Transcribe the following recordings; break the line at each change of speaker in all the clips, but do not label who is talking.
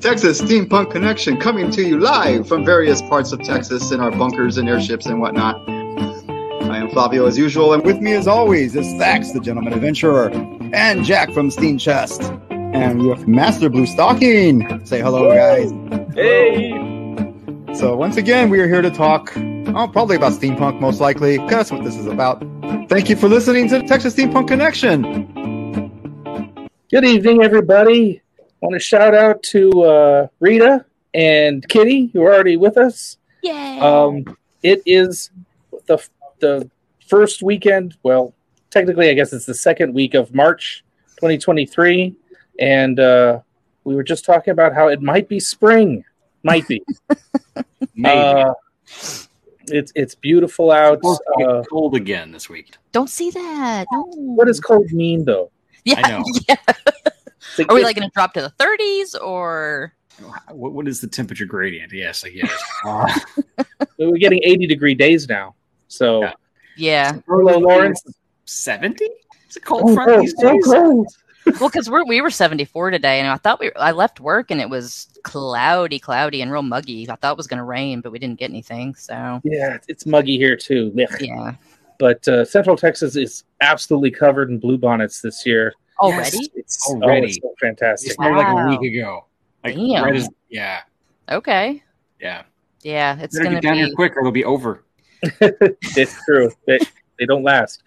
Texas Steampunk Connection coming to you live from various parts of Texas in our bunkers and airships and whatnot. I am Flavio as usual, and with me as always is Thax, the gentleman adventurer, and Jack from Steam Chest, and we have Master Blue Stocking. Say hello, guys.
Hey!
So once again, we are here to talk, oh, probably about steampunk, most likely. 'cause That's what this is about. Thank you for listening to Texas Steampunk Connection.
Good evening, everybody. want to shout out to uh, Rita and Kitty, who are already with us.
Yay!
Um, it is the the first weekend. Well, technically, I guess it's the second week of March, 2023, and uh, we were just talking about how it might be spring. Might be. Uh, it's it's beautiful out.
It's supposed to
Uh,
get cold again this week.
Don't see that. No.
what does cold mean, though?
Yeah,
I know.
yeah.
It's like-
Are we like going to drop to the 30s or?
What, what is the temperature gradient? Yes, I guess. Uh,
we're getting 80 degree days now. So.
Yeah.
Yeah.
Hello, Lawrence.
70? It's a cold Oh, front these days.
Well, because we're we were 74 today, and I thought we I left work and it was cloudy, cloudy, and real muggy. I thought it was going to rain, but we didn't get anything. So
Yeah, it's- it's muggy here too. Blech.
yeah,
But uh, Central Texas is absolutely covered in bluebonnets this year.
already.
It's
Already.
oh, it's so
It
fantastic.
snowed like
Wow.
a week ago. Like,
Damn.
right as- yeah,
Okay.
yeah.
Yeah, it's
Better
going
get
to
down
be.
here quick or it'll be over.
It's true. They, they don't last.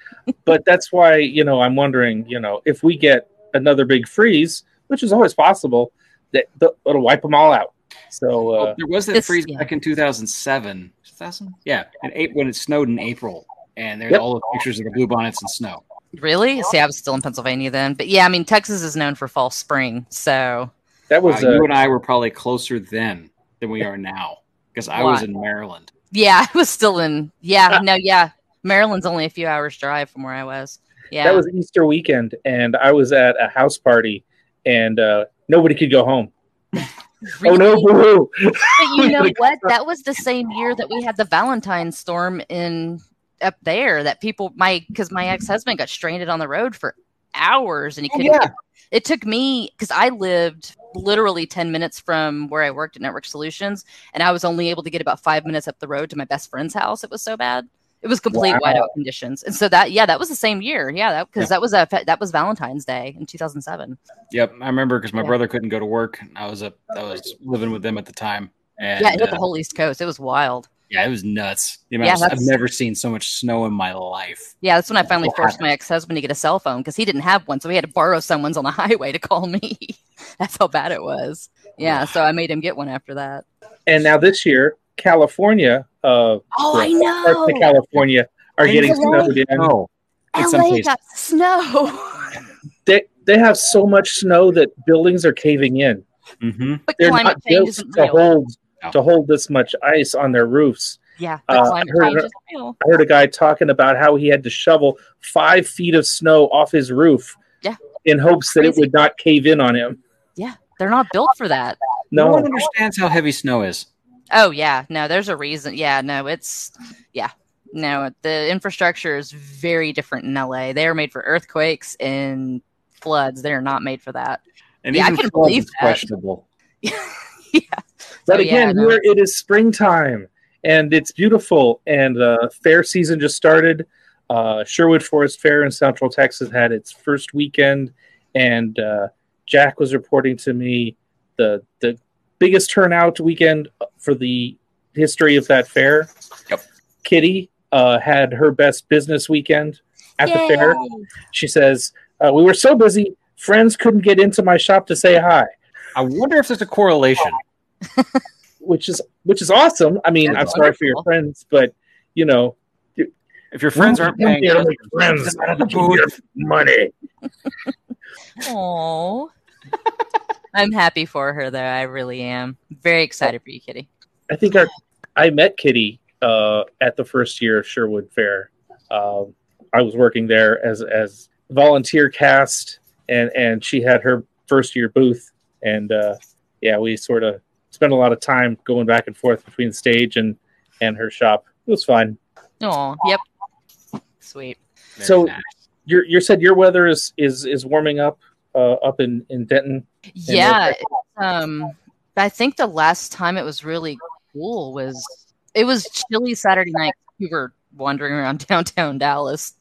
But that's why, you know, I'm wondering, you know, if we get another big freeze, which is always possible, that the, it'll wipe them all out. So
Well,
uh,
Oh, there was that
It's-
freeze
yeah.
back in 2007. 2000? Yeah, in eight, when it snowed in April. And there's
Yep.
all the pictures of the bluebonnets and snow.
Really? See, I was still in Pennsylvania then, but yeah, I mean Texas is known for false spring, so
that was
Uh,
uh,
you and I were probably closer then than we are now because I was
Why?
in Maryland.
yeah, I was still in. Yeah, no, yeah, Maryland's only a few hours drive from where I was. Yeah,
that was Easter weekend, and I was at a house party, and uh, nobody could go home. Oh no!
Really?
boo-hoo.
But you know
Like-
what? That was the same year that we had the Valentine storm in up there. That people my because my ex husband got stranded on the road for hours and he couldn't.
yeah.
It took me because I lived literally ten minutes from where I worked at Network Solutions, and I was only able to get about five minutes up the road to my best friend's house. It was so bad. It was complete
Wow.
whiteout conditions, and so that yeah, that was the same year. Yeah, that because that was a that was Valentine's Day in two thousand seven.
Yep, I remember because my
Yeah.
brother couldn't go to work. and I was up, I was living with them at the time, and
Yeah, it hit
uh,
the whole East Coast. It was wild.
yeah, it was nuts. The
Yeah,
amount of- I've
that's-
never seen so much snow in my life.
Yeah, that's when I finally
What
forced my ex husband to get a cell phone because he didn't have one. So he had to borrow someone's on the highway to call me. that's how bad it was. Yeah, so I made him get one after that.
And now this year, California, uh,
Oh, I
parts of
know.
California are
And
getting
it's LA.
snowed in.
No, in some
LA
places.
got snow.
They they have so much snow that buildings are caving in.
hmm
but
They're
climate
not
change
built
isn't
to
real.
hold
No.
to hold this much ice on their roofs.
yeah,
uh,
but
I
climate
heard
change
about-
isn't real.
I heard a guy talking about how he had to shovel five feet of snow off his roof.
Yeah.
In hopes that it
Crazy.
would not cave in on him.
They're not built for that.
no. one
No,
understands how heavy snow is.
Oh, yeah. No, there's a reason. Yeah, no, it's, yeah. No, the infrastructure is very different in LA. They are made for earthquakes and floods. They are not made for that.
And
Yeah, I
even
couldn't
floods
believe
is
that.
questionable.
yeah.
but
So, yeah,
again,
no.
here it is springtime and it's beautiful. And uh, fair season just started. Uh, Sherwood Forest Fair in Central Texas had its first weekend, and uh, Jack was reporting to me the the biggest turnout weekend for the history of that fair.
Yep.
Kitty uh, had her best business weekend at the fair. She says uh, we were so busy, friends couldn't get into my shop to say hi
I wonder if there's a correlation.
which is which is awesome. I mean,
That's
I'm sorry for your
wonderful.
friends, but you know,
If your friends aren't
I'm
paying,
here to make friends,
Out of the
Give me your
booth.
money.
Aww. I'm happy for her, though. I really am. Very excited for you, Kitty.
I think our I met Kitty uh, at the first year of Sherwood Fair. Um, I was working there as as volunteer cast, and and she had her first year booth, and uh, yeah, we sort of spent a lot of time going back and forth between the stage and and her shop. It was fun.
Oh, yep. Sweet.
Very
So-
nice.
Your you said your weather is is is warming up uh, up in in Denton.
Yeah. it's, Um, I think the last time it was really cool was it was chilly Saturday night. We were wandering around downtown Dallas,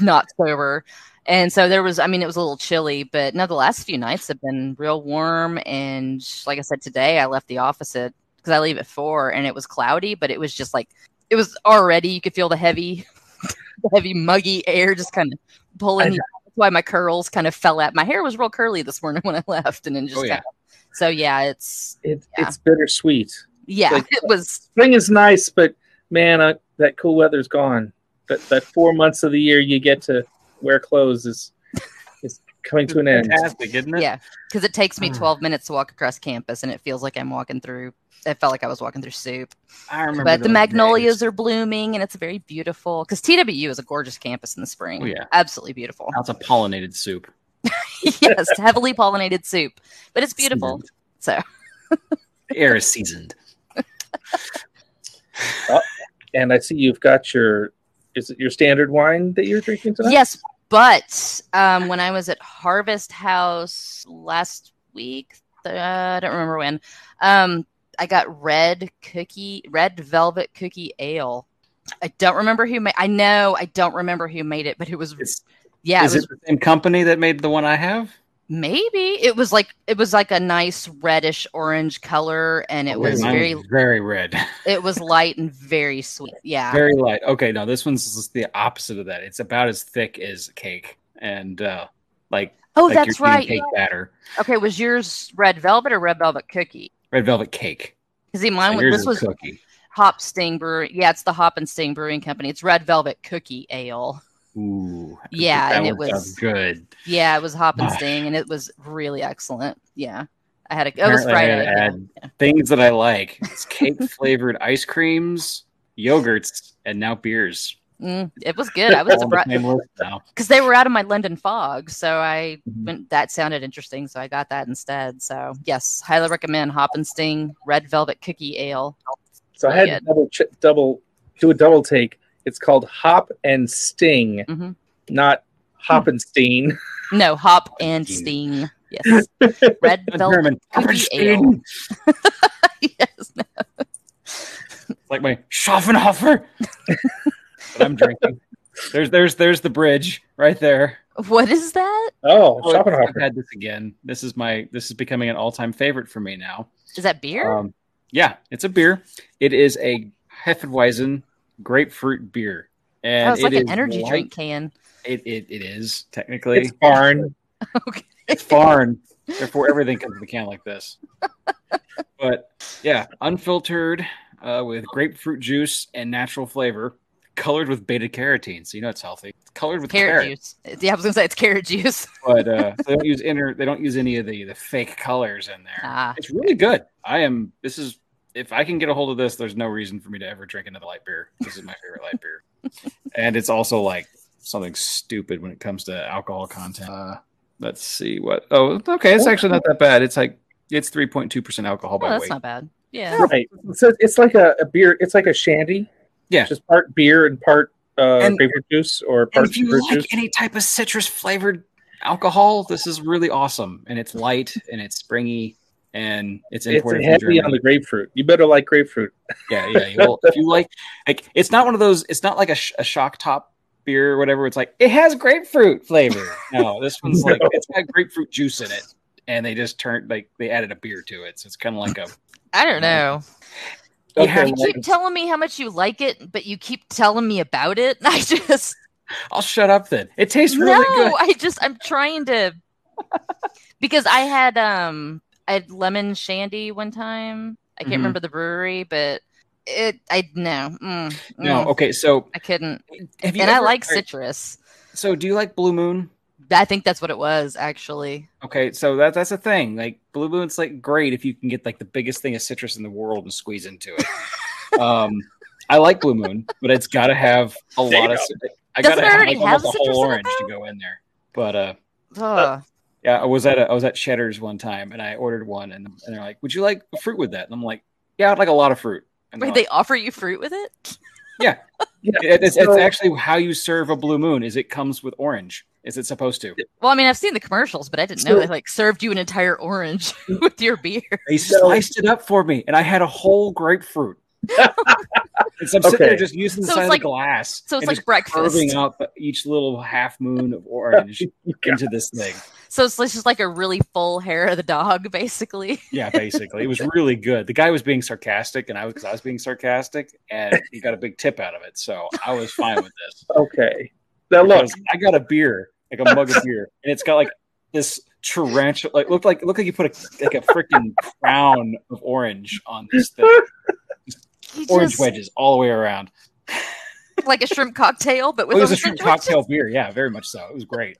not sober. And so there was, I mean, it was a little chilly, but no, the last few nights have been real warm. And like I said, today I left the office at, because I leave at four and it was cloudy, but it was just like, it was already, you could feel the heavy, the heavy, muggy air just kind of pulling.
I
you. That's why my curls kind of fell out. My hair was real curly this morning when I left. And then just,
Oh, yeah.
kind of, so yeah, it's,
It,
Yeah.
It's bittersweet.
yeah,
Like-
it was,
Spring is nice, but man, I, that cool weather's gone. That that four months of the year you get to wear clothes is is coming to an end.
Fantastic, isn't it?
yeah, because it takes me
Ah.
12 minutes to walk across campus and it feels like I'm walking through, it felt like I was walking through soup.
I remember.
but the
those
magnolias
days.
are blooming and it's very beautiful because TWU is a gorgeous campus in the spring.
Oh, yeah.
Absolutely beautiful.
Lots of pollinated soup.
yes, heavily pollinated soup, but it's beautiful. So,
The air is seasoned.
And I see you've got your is it your standard wine that you're drinking tonight?
yes, but um, when I was at Harvest House last week, th- uh, I don't remember when, um, I got red cookie, red velvet cookie ale. I don't remember who made. I know I don't remember who made it, but it was
It's-
yeah,
is
it was
it the same company that made the one I have?
Maybe it was like it was like a nice reddish orange color, and it
Oh,
was
mine
very
very red,
it was light and very sweet. Yeah,
very light. Okay, no, this one's just the opposite of that. It's about as thick as cake, and uh, like
oh,
like
that's
you're eating
right.
Cake batter,
Okay, was yours red velvet or red velvet cookie?
red velvet cake.
Because see, mine
So
was
yours
this
is
was
cookie.
Hop Sting Brewery. Yeah, it's the Hop and Sting Brewing Company. It's red velvet cookie ale.
Ooh,
Yeah,
that
and it
one sounds
was-
good.
Yeah, it was Hop and
Ah.
Sting, and it was really excellent. Yeah, I had a. It was
Apparently I
Friday.
gotta
yeah.
add Things that I like: it's cake flavored ice creams, yogurts, and now beers.
Mm, it was good. I was
All on the
surprised.
same list now.
because they were out of my London fog. So I
Mhm.
went, that sounded interesting. So I got that instead. So yes, highly recommend Hop and Sting Red Velvet Cookie Ale.
So I had to double ch- double do a double take. It's called Hop and Sting,
Mhm.
not Hop and Steen.
No, Hop and Sting. Yes, Red
A
Velvet.
German
cookie
Apfelstein.
ale. yes,
It's like my Schaffenhofer that I'm drinking. There's there's there's the bridge right there.
what is that?
Oh,
Oh, I've
Schopenhauer.
had this again. This is my this is becoming an all time favorite for me now.
Is that beer?
Um, yeah, it's a beer. It is a Hefeweizen grapefruit beer,
That
and
was like
it
an
is
energy
light-
drink can.
It, it it is technically
It's Barn.
Okay.
It's foreign. Therefore, everything comes in a can like this. But yeah, unfiltered uh, with grapefruit juice and natural flavor, colored with beta carotene, so you know it's healthy. It's colored with
Carrot
carrot,
juice. Yeah, I was gonna say it's carrot juice.
but uh, they don't use inner. They don't use any of the the fake colors in there.
Ah,
It's really good. I am. This is if I can get a hold of this, there's no reason for me to ever drink another light beer. This is my favorite light beer, and it's also like something stupid when it comes to alcohol content. Uh, let's see what. Oh, okay, it's actually not that bad. It's like it's 3.2 percent alcohol
oh,
by
that's
weight.
not bad. Yeah,
Right. So it's like a, a beer. It's like a shandy.
Yeah.
It's just part beer and part uh,
And-
grapefruit juice or
and
part
if you
fruit
like
juice.
any type of citrus flavored alcohol, this is really awesome, and it's light and it's springy. And it's
It's
imported from
heavy
Germany.
on the grapefruit. You better like grapefruit.
Yeah, yeah. You will, if you like, like, it's not one of those. It's not like a, sh- a shock top beer or whatever. It's like it has grapefruit flavor. No, this one's like
No.
it's got grapefruit juice in it, and they just turned like they added a beer to it. So it's kind of like a.
I don't know.
You
Okay,
have
You
to-
keep telling me how much you like it, but you keep telling me about it. I just
I'll shut up then. It tastes really
no,
good.
I just I'm trying to because I had um I had lemon shandy one time. I can't
Mhm.
remember the brewery, but it I no mm,
No,
mm,
okay. So
I couldn't.
have you
And I
ever-
like
all right,
citrus.
So do you like Blue Moon?
I think that's what it was actually.
Okay, so that that's a thing. Like Blue Moon's like great if you can get like the biggest thing of citrus in the world and squeeze into it. um, I like Blue Moon, but it's got to have a
There you
lot of.
go.
cit- I
Doesn't
gotta
it
have
already
like almost
have
a
citrus
whole
in it,
orange to go in there. But uh,
Ugh.
yeah, I was at a, I was at Cheddar's one time and I ordered one and, and they're like, "Would you like fruit with that?" And I'm like, "Yeah, I'd like a lot of fruit." And they're
Wait, they offer you fruit with it?
Yeah. It- It's, it's
So-
actually how you serve a blue moon. Is it comes with orange? Is it supposed to?
Well, I mean, I've seen the commercials, but I didn't know
So-
they like served you an entire orange
Mm-hmm.
with your beer.
They
So-
sliced it up for me, and I had a whole grapefruit. and so I'm sitting there
Okay.
just using the
So
side
it's
of
like-
the glass.
So it's
and
like
just
breakfast.
curving up each little half moon of orange into this thing.
So it's just like a really full hair of the dog, basically.
Yeah, basically, it was really good. The guy was being sarcastic, and I was 'cause I was being sarcastic, and he got a big tip out of it. So I was fine with this.
Okay. Now look,
Because I got a beer, like a mug of beer, and it's got like this tarantula. Like looked like looked like you put a like a freaking crown of orange on this thing.
He
Orange
just-
wedges all the way around.
like a shrimp cocktail, but with
Oh, it was a
orange
shrimp
wedges.
cocktail beer. Yeah, very much so. It was great.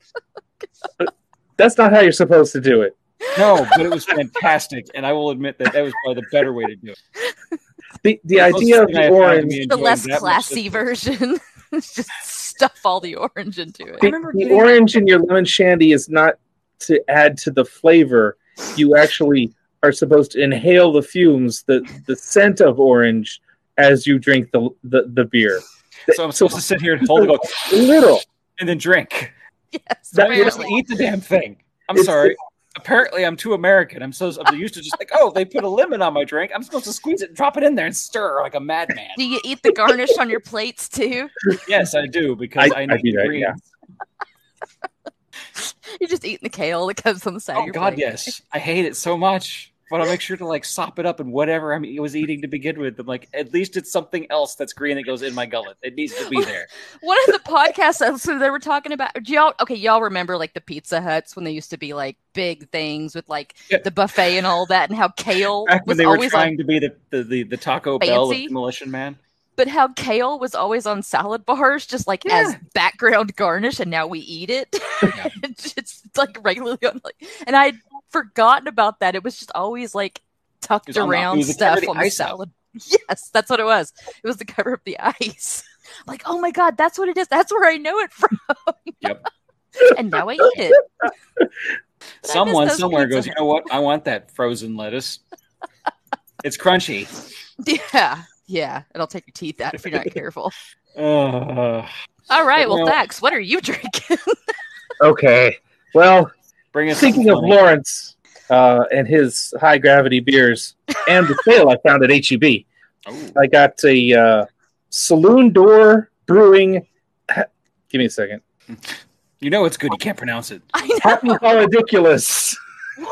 that's not how you're supposed to do it.
No, but it was fantastic, and I will admit that that was probably the better way to do it.
The the
closest
idea of
thing I
the
have found to
orange
me
The
enjoying
less
that much
classy
is-
version. just stuff all the orange into it.
the, the orange in your lemon shandy is not to add to the flavor. You actually are supposed to inhale the fumes, the the scent of orange as you drink the the, the beer.
So I'm supposed to sit here and hold it, go,
Literal.
and then drink.
Yes,
That
I'm supposed to
apparently.
eat the damn thing. I'm
It's-
sorry. Apparently, I'm too American. I'm so I'm used to just like, oh, they put a lemon on my drink. I'm supposed to squeeze it, drop it in there, and stir like a madman.
Do you eat the garnish on your plates too?
yes, I do because
I-
I,
I do
need
that,
green.
yeah.
You're just eating the kale that comes on the side of
Oh
your
God,
plate.
yes, I hate it so much. But I'll make sure to like sop it up and whatever I am was eating to begin with. I'm like, at least it's something else that's green that goes in my gullet. It needs to be there.
One of the podcasts also they were talking about. Do y'all okay? Y'all remember like the Pizza Huts when they used to be like big things with like
Yeah.
the buffet and all that, and how kale
Back when
was
they were
always on.
trying to be the the, the, the Taco Bell of
Fancy?
Demolition Man.
But how kale was always on salad bars, just like as
Yeah.
background garnish, and now we eat it.
Yeah.
it's, it's, like regularly on. Like, and I'd forgotten about that. It was just always like
It
tucked
was on the- it
around
was the cover of
stuff
the
on the
ice up.
salad. Yes, that's what it was. It was the cover of the ice. Like, oh my god, that's what it is. That's where I know it from.
Yep.
and now I eat it. miss
Someone
those
somewhere
Pizza
goes, you know what? I want that frozen lettuce. It's crunchy.
Yeah, yeah. It'll take your teeth out if you're not careful.
Uh,
All right. Well,
Well-
Dax, what are you drinking?
Okay. Well,
bring us
Thinking of
Laura.
Lawrence uh, and his high gravity beers and the sale I found at HEB,
Oh.
I got a uh, Saloon Door Brewing. Give me a second.
You know it's good. You can't pronounce it.
I
Happy Ridiculous.
know.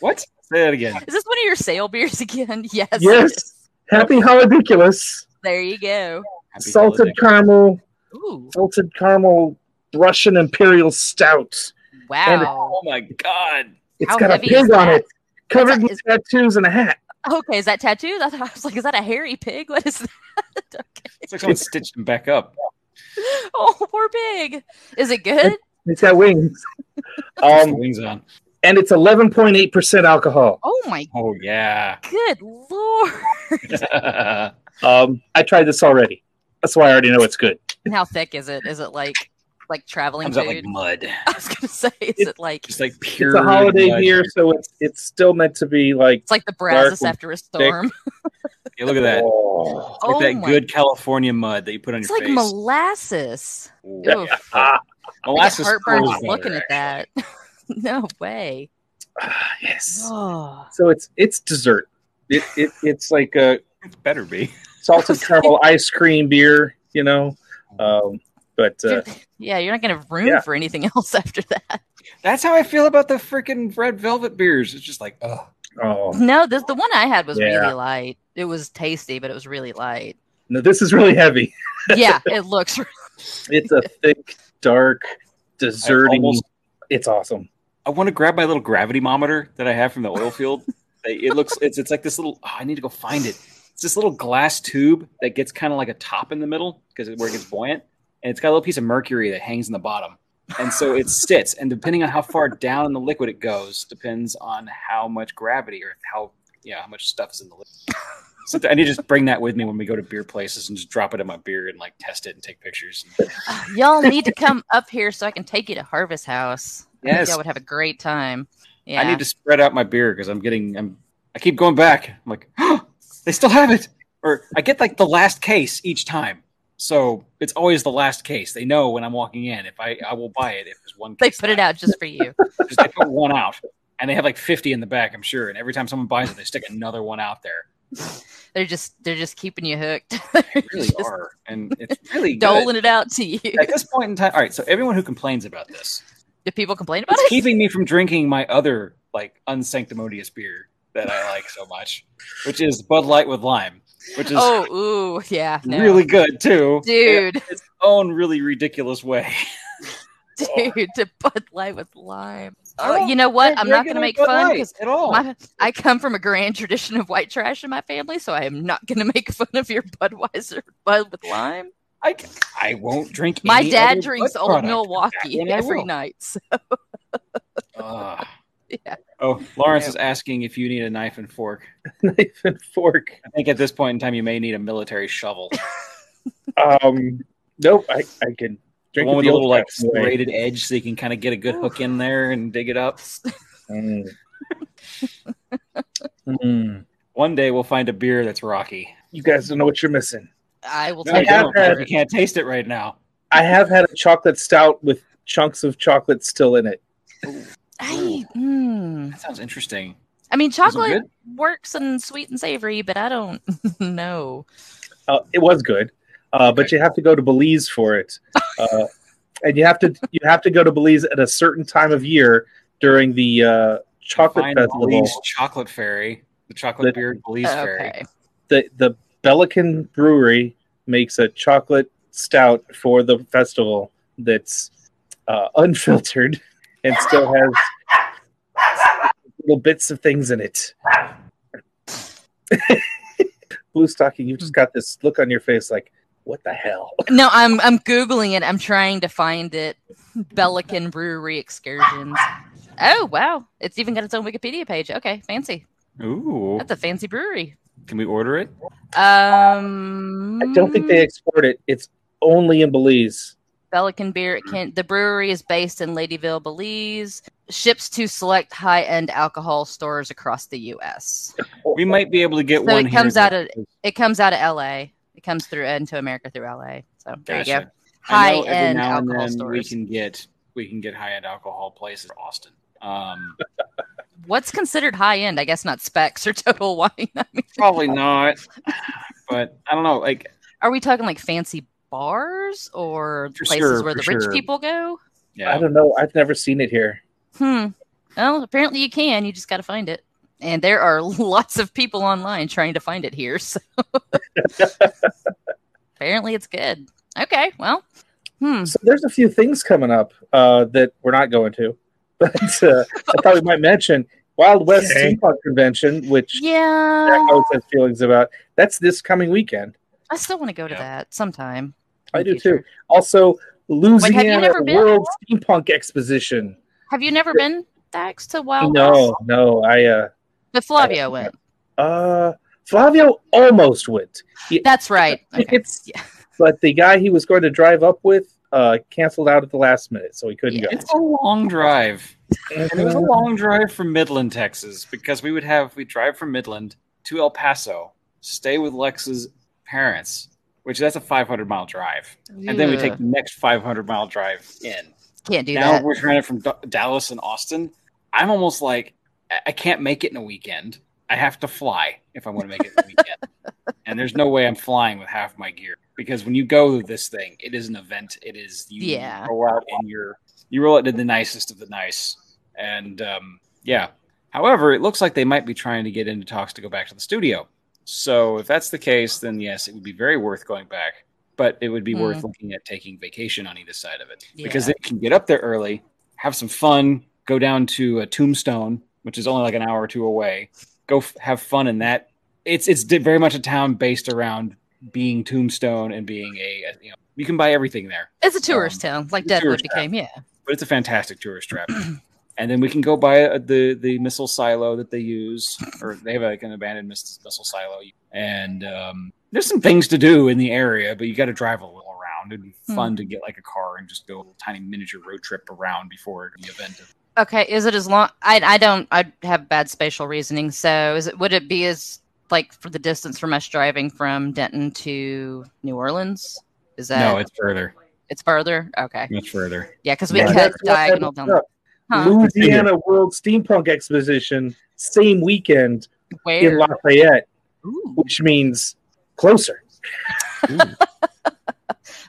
What? Say that again.
Is this one of your sale beers again? Yes. it
Yes.
is.
Happy Ridiculous.
There you go.
Happy
Salted
holiday.
caramel,
Ooh,
salted caramel Russian Imperial Stout.
wow.
Oh my god.
It's
How
got a
heavy is
pig on
that?
it, covered
That's-
with tattoos and a hat.
Okay, is that tattooed? I, thought, I was like, is that a hairy pig? What is that?
It's like someone stitched him back up.
Okay. Oh, poor pig. Is it good?
It's got wings.
Puts the
Um,
wings on.
and it's 11.8% alcohol.
Oh my
Oh yeah.
good lord.
Um, I tried this already. That's why I already know it's good.
And how thick is it? Is it like like traveling
Comes
food?
out like mud.
I was gonna say, is it like
Just like pure.
It's a holiday
mud.
beer, so it's it's still meant to be like.
it's like the
dark
Brazos
and
after a storm?
Yeah, look at that.
Oh.
Oh
like that
my!
good California mud that you put on
it's
your
like
face.
molasses.
Ooh.
Oof.
Ah,
I get
Molasses
heartburn
flows
just
better,
looking at that. no way.
ah, yes.
Oh.
So it's it's dessert. It, it it's like a
actually. Better be.
salted caramel ice cream beer, you know. Um, but uh,
You're- yeah, you're not gonna have room
yeah.
for anything else after that.
That's how I feel about the freaking red velvet beers. It's just like, oh,
oh
No, this the one I had was
Yeah.
really light. It was tasty, but it was really light.
no, this is really heavy.
Yeah, it looks
It's a thick, dark,
I
desserty.
almost
It's awesome.
I want to grab my little gravity mometer that I have from the oil field. They- it looks it's it's like this little. oh, I need to go find it. It's this little glass tube that gets kind of like a top in the middle because where it gets buoyant, and it's got a little piece of mercury that hangs in the bottom, and so it sits. And depending on how far down in the liquid it goes, depends on how much gravity or how yeah how much stuff is in the liquid. So I need to just bring that with me when we go to beer places and just drop it in my beer and like test it and take pictures.
y'all need to come up here so I can take you to Harvest House. I think
Yes.
y'all would have a great time. Yeah,
I need to spread out my beer because I'm getting I'm I keep going back. I'm like, they still have it, or I get like the last case each time. So it's always the last case. They know when I'm walking in if I, I will buy it if there's one.
They
case
put it out
left.
just for you.
Just they put one out, and they have like 50 in the back, I'm sure. And every time someone buys it, they stick another one out there.
They're just they're just keeping you hooked.
They really
Just
are, and it's really good.
Doling it out to you.
At this point in time, all right. So everyone who complains about this,
Do people complain about
it's
it?
keeping me from drinking my other like unsanctimonious beer that I like so much, which is Bud Light with lime, which is
Oh, ooh, yeah, no.
really good too, in
dude,
its own really ridiculous way.
dude, to Bud Light with lime.
I
Oh,
don't
you know what?
drink
I'm not going to
regular
make
Bud
fun
Light
because
at all.
my, I come from a grand tradition of white trash in my family, so I am not going to make fun of your Budweiser Bud with lime.
I, I won't drink.
My
any
dad
other
drinks
Bud
Old
product.
Milwaukee
That one I
every
will.
night. So,
Ugh.
yeah.
Oh, Lawrence is asking if you need a knife and fork.
knife and fork.
I think at this point in time, you may need a military shovel,
Um, nope, I, I can
the
drink
one
it
with
the
a little like
old-fashioned way.
serrated edge, so you can kind of get a good hook in there and dig it up.
Mm. Mm.
One day we'll find a beer that's rocky.
You guys don't know what you're missing.
I will
No, you
take
have
your
don't, Jeff.
had-
word.
You can't taste it right now.
I have had a chocolate stout with chunks of chocolate still in it.
I, mm.
That sounds interesting.
I mean,
it
chocolate works in sweet and savory, but I don't know.
Uh, it was good, uh, but you have to go to Belize for it, uh, and you have to you have to go to Belize at a certain time of year during the uh, chocolate
Find
festival.
Belize chocolate fairy, the chocolate
The-
beard Belize fairy.
Oh, Okay.
The the Belican Brewery makes a chocolate stout for the festival that's uh, unfiltered and still has little bits of things in it. Blue stocking, you've just got this look on your face like, what the hell?
No, I'm I'm googling it. I'm trying to find it. Belican Brewery excursions. Oh wow, it's even got its own Wikipedia page. Okay, fancy.
Ooh,
That's a fancy brewery.
can we order it?
Um,
I don't think they
Mm.
export it. It's only in Belize.
Belican beer. Can, the brewery is based in Ladyville, Belize. Ships to select high-end alcohol stores across the U.S.
We might be able to get
So
one.
it comes
here,
out
though.
of it comes out of L.A. It comes through into America through L.A. So there you
Gotcha.
go.
I know every
High-end
now and
alcohol
then We
stores.
can get we can get high end alcohol places. in Austin. Um,
What's considered high-end? I guess not specs or total wine. I mean,
probably not, but I don't know. Like
Are we talking like fancy bars or
For
places
sure,
where the
for
rich
sure.
people go?
I
yeah,
don't know. I've never seen it here.
Hmm. Well, apparently you can. You just got to find it. And there are lots of people online trying to find it here. So apparently it's good. Okay. Well, hmm.
So there's a few things coming up uh, that we're not going to, but uh, I thought we might mention Wild West
Okay.
Steampunk Convention, which Jack
Yeah.
always has feelings about. That's this coming weekend.
I still want to go to
Yeah.
that sometime.
I
in
do
the future.
too. Also, Louisiana
never been?
World Steampunk Exposition.
Have you never been, Dax, to Wild
no,
West?
no, I uh,
But Flavio went.
uh, Flavio almost went. He-
That's right. Okay.
tickets,
Yeah.
but the guy he was going to drive up with uh, canceled out at the last minute, so he couldn't
Yeah.
it's a long drive. And it was a
go.
long drive from Midland, Texas, because we would have we drive from Midland to El Paso, stay with Lex's parents, which that's a 500 mile drive, and then we take
Ugh.
the next 500 mile drive in.
Can't do
now
that.
we're trying it from D- Dallas and Austin. I'm almost like I-, I can't make it in a weekend. I have to fly if I want to make it in a weekend, and there's no way I'm flying with half my gear because when you go to this thing, it is an event. It is you
Yeah.
roll out in your you roll out in the nicest of the nice, and um, yeah. However, it looks like they might be trying to get into talks to go back to the studio. So if that's the case, then yes, it would be very worth going back. But it would be worth
Hmm.
looking at taking vacation on either side of it because
Yeah.
they can get up there early, have some fun, go down to a tombstone, which is only like an hour or two away. Go f- have fun in that. It's it's di- very much a town based around being tombstone and being a, a- you know you can buy everything there,
It's a tourist town, like
it's a
Deadwood
tourist town.
became. Yeah.
but it's a fantastic tourist trap. and then we can go by uh, the the missile silo that they use, or they have like an abandoned miss- missile silo. And um, there's some things to do in the area, but you got to drive a little around. It'd be
Hmm.
fun to get like a car and just go a little tiny miniature road trip around before the event of
Okay, is it as long? I I don't. I have bad spatial reasoning. So is it? Would it be as like for the distance from us driving from Denton to New Orleans? Is that
No, it's further.
it's farther? Okay.
Much further.
Yeah, because we
Yeah,
cut
that's what that
diagonal down.
was up.
Huh?
Louisiana World Steampunk Exposition, same weekend in
Where?
Lafayette,
Ooh.
which means closer.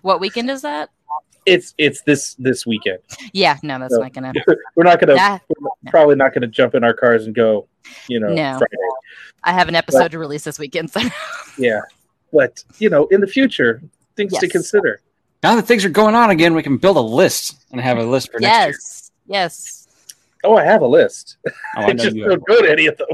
What weekend is that?
It's it's this this weekend.
Yeah, no, that's
So-
not gonna.
We're not gonna
That,
we're probably not gonna jump in our cars and go, you know,
No.
Friday.
I have an episode to release this weekend, so
Yeah. But you know, in the future, things to
Yes.
consider.
Now that things are going on again, we can build a list and have a list for next year.
yes, yes.
Oh, I have a list.
Oh,
I,
I know
just
you have
don't go to any of them.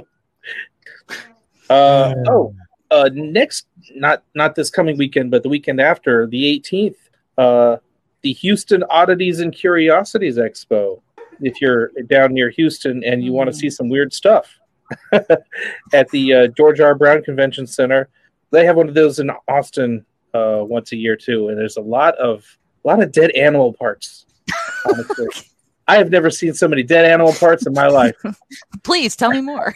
Uh, oh, uh, next not not this coming weekend, but the weekend after the 18th, uh, the Houston Oddities and Curiosities Expo. If you're down near Houston and you want to
Mhm.
see some weird stuff at the uh, George R. Brown Convention Center, they have one of those in Austin uh, once a year too, and there's a lot of a lot of dead animal parts. Honestly. I have never seen so many dead animal parts in my life.
Please tell me more.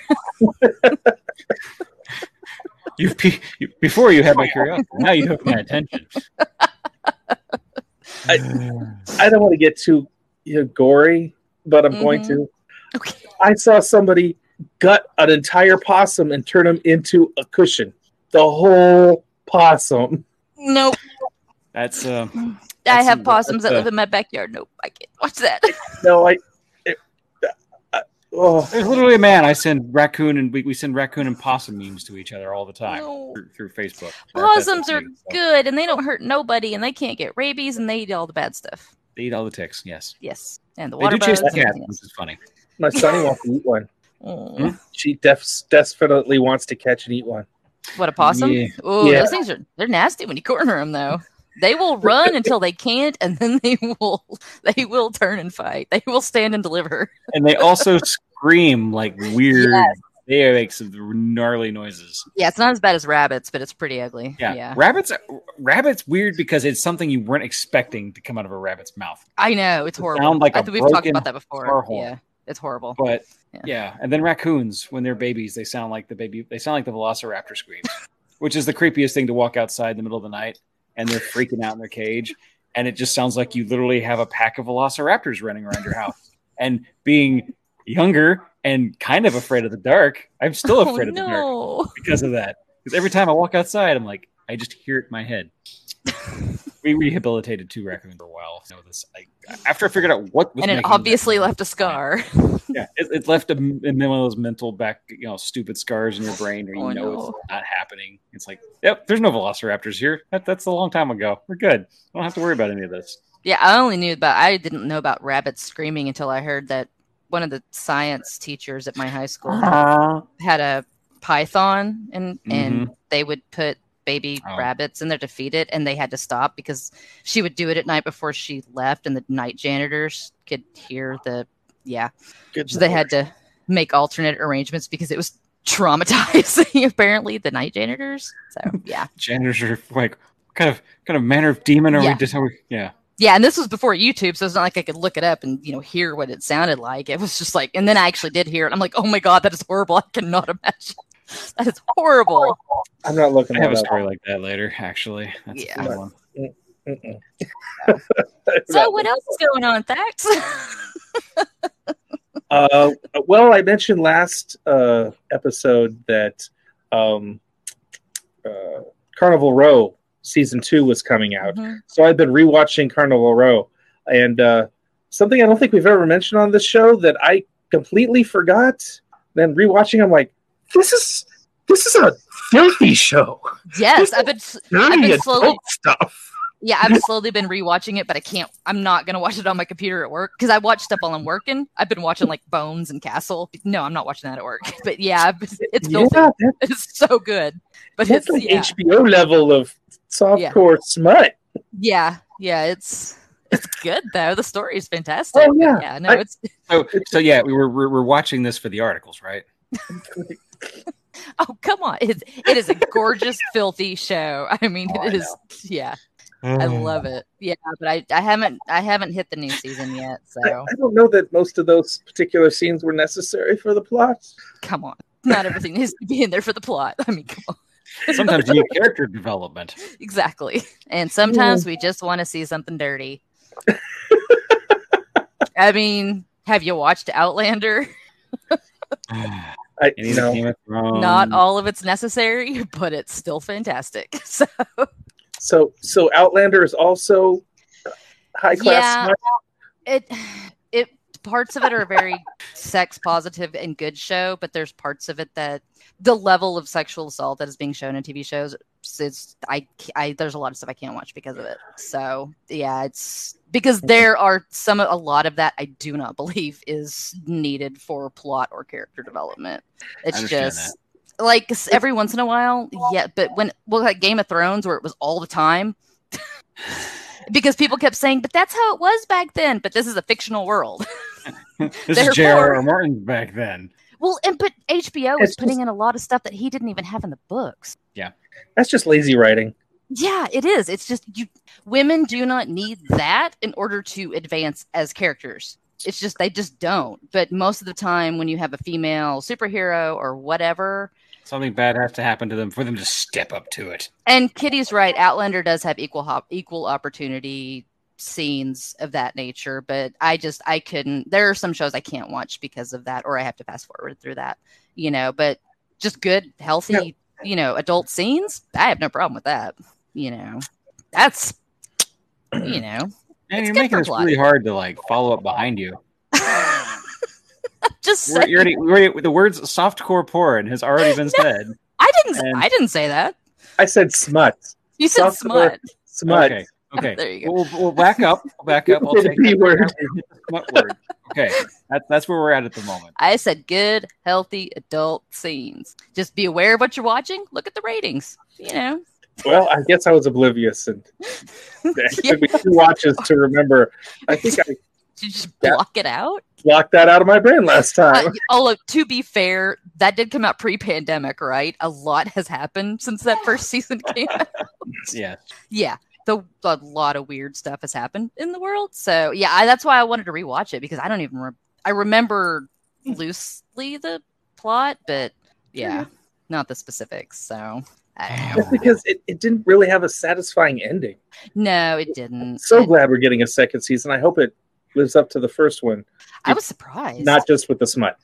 You've pe- you, before you had my curiosity. Now you have my attention.
I don't want to get too you know, gory, but I'm going
Mhm.
to.
Okay.
I saw somebody gut an entire possum and turn him into a cushion. The whole possum.
Nope.
That's uh,
I
That's
have
a-
possums that
that's a-
live in my backyard. Nope, I can't watch that.
No, I. It, I oh,
there's literally a man. I send raccoon and we, we send raccoon and possum memes to each other all the time
No.
through, through Facebook. That- that's
Possums
what
are
they do. So
good and they don't hurt nobody and they can't get rabies and they eat all the bad stuff.
They eat all the ticks. Yes,
Yes. And the
they
water
do chase
bugs.
the
and
cat,
everything
which is funny.
my sonny wants to eat one.
else.
Hmm?
Mm.
She def- desperately wants to catch and eat one.
What a possum.
Yeah.
Oh,
Yeah.
those things are they're nasty when you corner them though. They will run until they can't and then they will they will turn and fight. They will stand and deliver.
And they also scream like weird.
Yes.
They make some gnarly noises.
Yeah, it's not as bad as rabbits, but it's pretty ugly.
Yeah.
Yeah.
rabbits. Rabbits weird because it's something you weren't expecting to come out of a rabbit's mouth.
I know, it's
It
horrible.
sound like
I
a
think we've talked
broken
about that
car
before.
horn.
Yeah. It's horrible.
But
Yeah.
yeah. and then raccoons when they're babies, they sound like the baby. They sound like the Velociraptor screams, which is the creepiest thing to walk outside in the middle of the night, and they're freaking out in their cage, and it just sounds like you literally have a pack of Velociraptors running around your house. And being younger and kind of afraid of the dark, I'm still
Oh,
afraid of the dark
no.
because of that. Because every time I walk outside, I'm like, I just hear it in my head. we rehabilitated two raccoons for a while. You know, this, I, after I figured out what was
and it
making them-
obviously left a scar.
yeah, it, it left a, m- and then one of those mental back, you know, stupid scars in your brain, where you
Oh,
know
no.
it's not happening. It's like, yep, there's no velociraptors here. That, that's a long time ago. We're good. I don't have to worry about any of this.
Yeah, I only knew about I didn't know about rabbits screaming until I heard that one of the science teachers at my high school had a python and and they would put baby
Oh.
rabbits in there to feed it and they had to stop because she would do it at night before she left and the night janitors could hear the yeah.
Good
So they
lord.
had to make alternate arrangements because it was traumatizing apparently the night janitors. So yeah.
Janitors are like, what kind of kind of manner of demon are
Yeah.
we? Just how we? Yeah,
Yeah, and this was before YouTube, so it's not like I could look it up and you know hear what it sounded like. It was just like, and then I actually did hear it. I'm like, oh my god, that is horrible. I cannot imagine. That is horrible.
I'm not looking
I have
at
a
it.
story like that later. Actually, that's
Yeah.
a good one.
Mm-mm.
So what else is going on, Thax?
Uh, well, I mentioned last uh, episode that um, uh, Carnival Row season two was coming out.
Mhm.
So I've been rewatching Carnival Row, and uh, something I don't think we've ever mentioned on this show that I completely forgot. Then rewatching, I'm like, this is this is a filthy show.
Yes, I've been. s- I've
Dirty
been
adult
slowly-
stuff.
Yeah, I've slowly been rewatching it, but I can't. I'm not gonna watch it on my computer at work because I watch stuff while I'm working. I've been watching like Bones and Castle. No, I'm not watching that at work. But yeah, I've been- it's
yeah,
filthy.
that-
It's so good, but
that's
it's
like
yeah,
HBO level of softcore smut.
yeah, yeah. It's it's good though. The story is fantastic.
Oh yeah,
Yeah, no,
I-
it's
So, so yeah, we were we we're watching this for the articles, right?
oh come on, it, it is a gorgeous, filthy show. I mean,
Oh, I
it is yeah, I
Mm.
love it. Yeah, but I, I haven't I haven't hit the new season yet,
I,
so
I don't know that most of those particular scenes were necessary for the plot.
come on, not everything needs to be in there for the plot. I mean, come on,
Sometimes you need character development.
Exactly. And sometimes we just want to see something dirty. I mean, have you watched Outlander?
I,
You need
you know,
Game of Thrones.
Not all of it's necessary, but it's still fantastic. So,
so so Outlander is also uh, high class.
Yeah. it it parts of it are very sex positive and good show, but there's parts of it that the level of sexual assault that is being shown in TV shows is I, I there's a lot of stuff I can't watch because of it. So yeah, it's because there are some a lot of that I do not believe is needed for plot or character development. It's
understand
just like s- every once in a while, yeah. But when well, like Game of Thrones, where it was all the time. Because people kept saying, but that's how it was back then. But this is a fictional world.
This
They're
is J.R.R.
poor.
Martin back then.
Well, and but HBO is
It's
putting
just-
in a lot of stuff that he didn't even have in the books.
That's just lazy writing.
Yeah, it is. It's just you women do not need that in order to advance as characters. It's just they just don't. But most of the time when you have a female superhero or whatever,
Something bad has to happen to them for them to step up to it.
and Kitty's right, Outlander does have equal hop, equal opportunity scenes of that nature, but I just I couldn't there are some shows I can't watch because of that or I have to fast forward through that, you know, but just good healthy, you know, adult scenes, I have no problem with that, you know. That's you know.
And
It's
you're
good
making
for
this
plot.
really hard to like follow up behind you.
just
We're,
saying,
you already, we already- the words softcore porn has already been said.
I didn't
and-
I didn't say that.
I said smut,
You said
Soft
smut.
smut.
Okay. Okay.
There you go.
We'll, we'll back up. We'll back up. I'll
It's a
take
B
that
word.
back up. Hit the smut word. Okay. That, that's where we're at at the moment.
I said Uh, good, healthy adult scenes. Just be aware of what you're watching. Look at the ratings. You know,
Well, I guess I was oblivious, and it took me two watches to remember. I think I
to just
Yeah.
block it out.
blocked that out of my brain last
Uh,
time.
oh, look, to be fair, that did come out pre-pandemic, right? A lot has happened since that first season came. out.
Yeah.
yeah, the, a lot of weird stuff has happened in the world. So yeah, I, that's why I wanted to rewatch it because I don't even re- I remember loosely the plot, but yeah, not the specifics. So I
That's because it, it didn't really have a satisfying ending.
don't know. no, it didn't.
So
It-
glad we're getting a second season. I hope it lives up to the first one,
I was surprised.
not just with the smut.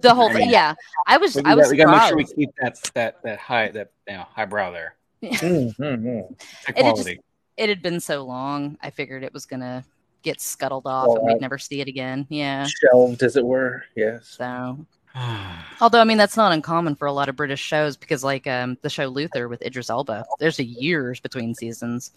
the whole
I
thing.
mean-
Yeah, I was.
We,
I was
got, we gotta make sure we
surprised.
keep that that that high that you know, highbrow there.
Mm, mm, mm.
The
And it just-
quality.
it had been so long, I figured it was gonna get scuttled off
Fall
and we'd
out.
never see it again. Yeah.
Shelved, as it were. Yes.
So although I mean that's not uncommon for a lot of British shows because like um the show Luther with Idris Elba, there's a years between seasons.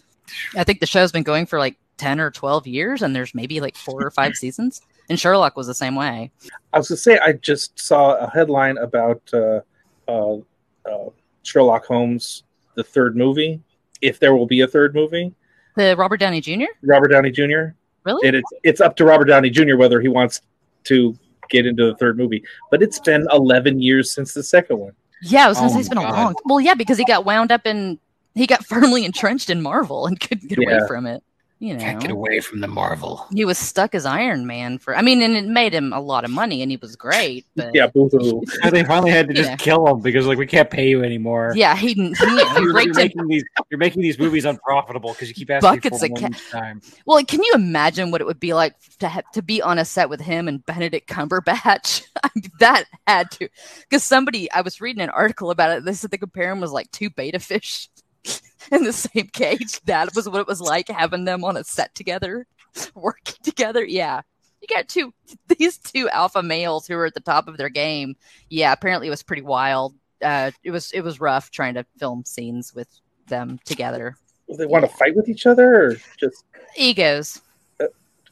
I think the show's been going for like ten or twelve years and there's maybe like four or five seasons. And Sherlock was the same way.
I was gonna say I just saw a headline about uh, uh, uh, Sherlock Holmes, the third movie, if there will be a third movie.
The Robert Downey Jr.
Robert Downey Jr.
Really?
And it's it's up to Robert Downey Jr. whether he wants to get into the third movie. But it's been eleven years since the second one.
yeah, I was gonna
Oh
say it's been
my
a
God.
long well, yeah, because he got wound up in he got firmly entrenched in Marvel and couldn't get
Yeah.
away from it. You know,
Can't get away from the Marvel.
he was stuck as Iron Man for I mean, and it made him a lot of money and he was great, but
Yeah, boo-hoo.
So they finally had to just
Yeah.
kill him because like we can't pay you anymore.
yeah, he he, he
You're, you're
raked in.
making these you're making these movies unprofitable because you keep asking
Buckets
for
of
more
ca-
each time.
Well, can you imagine what it would be like to ha- to be on a set with him and Benedict Cumberbatch? I mean, that had to because somebody I was reading an article about it. They said they compare him was like two beta fish in the same cage. That was what it was like having them on a set together, working together. Yeah. You got two these two alpha males who are at the top of their game. Yeah, apparently it was pretty wild. Uh, it was it was rough trying to film scenes with them together.
Well, they want to fight with each other, or just
Egos.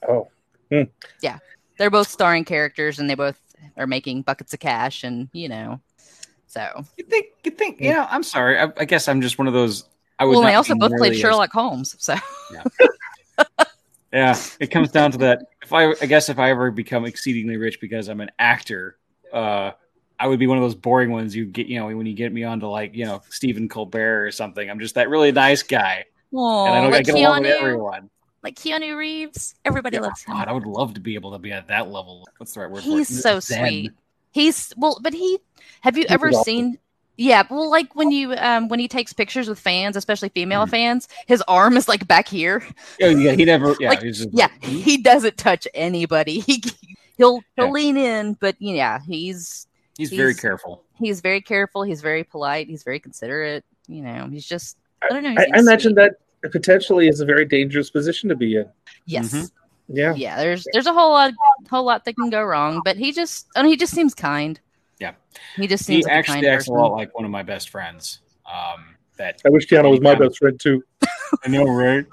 oh,
they're both starring characters and they both are making buckets of cash and you know so
You think you think you know, I'm sorry. I, I guess I'm just one of those I would
well and
not
they also
be
both
nearly
played
as-
sherlock holmes so
Yeah, it comes down to that. If I, I guess, if I ever become exceedingly rich because I'm an actor, uh, I would be one of those boring ones you get. You know, when you get me onto like you know Stephen Colbert or something, I'm just that really nice guy,
Aw,
and I don't I
like,
get along with
keanu,
everyone.
like keanu reeves everybody
Yeah,
loves
God,
him
I would love to be able to be at that level. What's the right word? for it?
he's so
Zen.
sweet he's well but he have you
He's
ever
awesome.
seen Yeah, well, like when you um when he takes pictures with fans, especially female
Hmm.
fans, his arm is like back here.
Yeah, Oh, yeah, he never. Yeah,
Like,
he's just,
Yeah, he doesn't touch anybody. He he'll he'll lean in, but yeah, he's
he's very
he's-
careful.
he's very careful. He's very polite. He's very considerate. You know, he's just I don't know. he
I, I
seems
imagine
sweet.
that potentially is a very dangerous position to be in.
Yes.
Mhm.
Mm-hmm. Yeah.
Yeah, there's there's a whole lot whole lot that can go wrong, but he just I mean, he just seems kind.
Yeah.
he just seems
He
like a
actually
kind
acts a
person.
lot like one of my best friends. Um, that
I wish Keanu was my best friend too.
I know, right?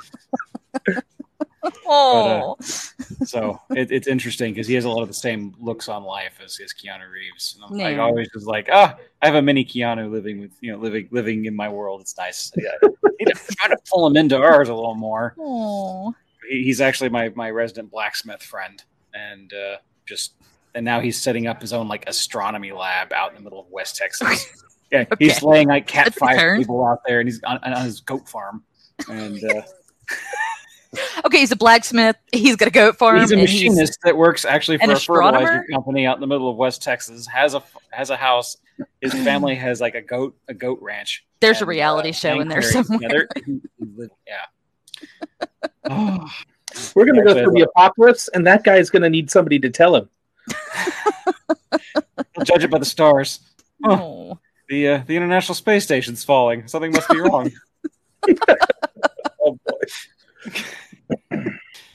oh,
uh, So it, it's interesting because he has a lot of the same looks on life as, as Keanu Reeves. And I'm like
Yeah.
always just like, ah, I have a mini Keanu living with you know living living in my world. It's nice. Yeah, need to try to pull him into ours a little more.
oh,
He- He's actually my my resident blacksmith friend, and uh, just and now he's setting up his own like astronomy lab out in the middle of West Texas. Yeah, he's
Okay.
laying like cat
That's a turn.
fire people out there, and he's on, on his goat farm. And uh,
okay. He's a blacksmith. He's got a goat farm.
he's a
and he's-
machinist that works actually
An
for a fertilizer
astronomer?
company out in the middle of West Texas. has a has a house. His family has like a goat a goat ranch.
there's a
and,
reality
uh,
show in
and
there
dairy.
somewhere.
Yeah, they're- he- he live- yeah.
We're gonna go
Actually,
through the apocalypse, and that guy's gonna need somebody to tell him.
I'll judge it by the stars. Huh.
Oh.
The uh, the International Space Station's falling. Something must be wrong.
Oh boy.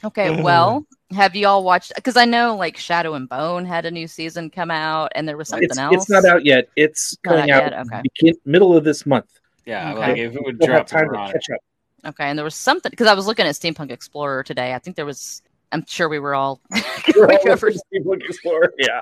Okay, well, have you all watched? Because I know like Shadow and Bone had a new season come out, and there was something
It's,
else.
it's not out yet. It's
Not
coming out,
out yet? Okay.
begin, middle of this month.
Yeah,
Okay.
like if it would
We'll have
drop
time
we're on
to
it.
catch up.
Okay, and there was something because I was looking at Steampunk Explorer today. I think there was. I'm sure we were all.
We're all
covered.
people explore. Yeah.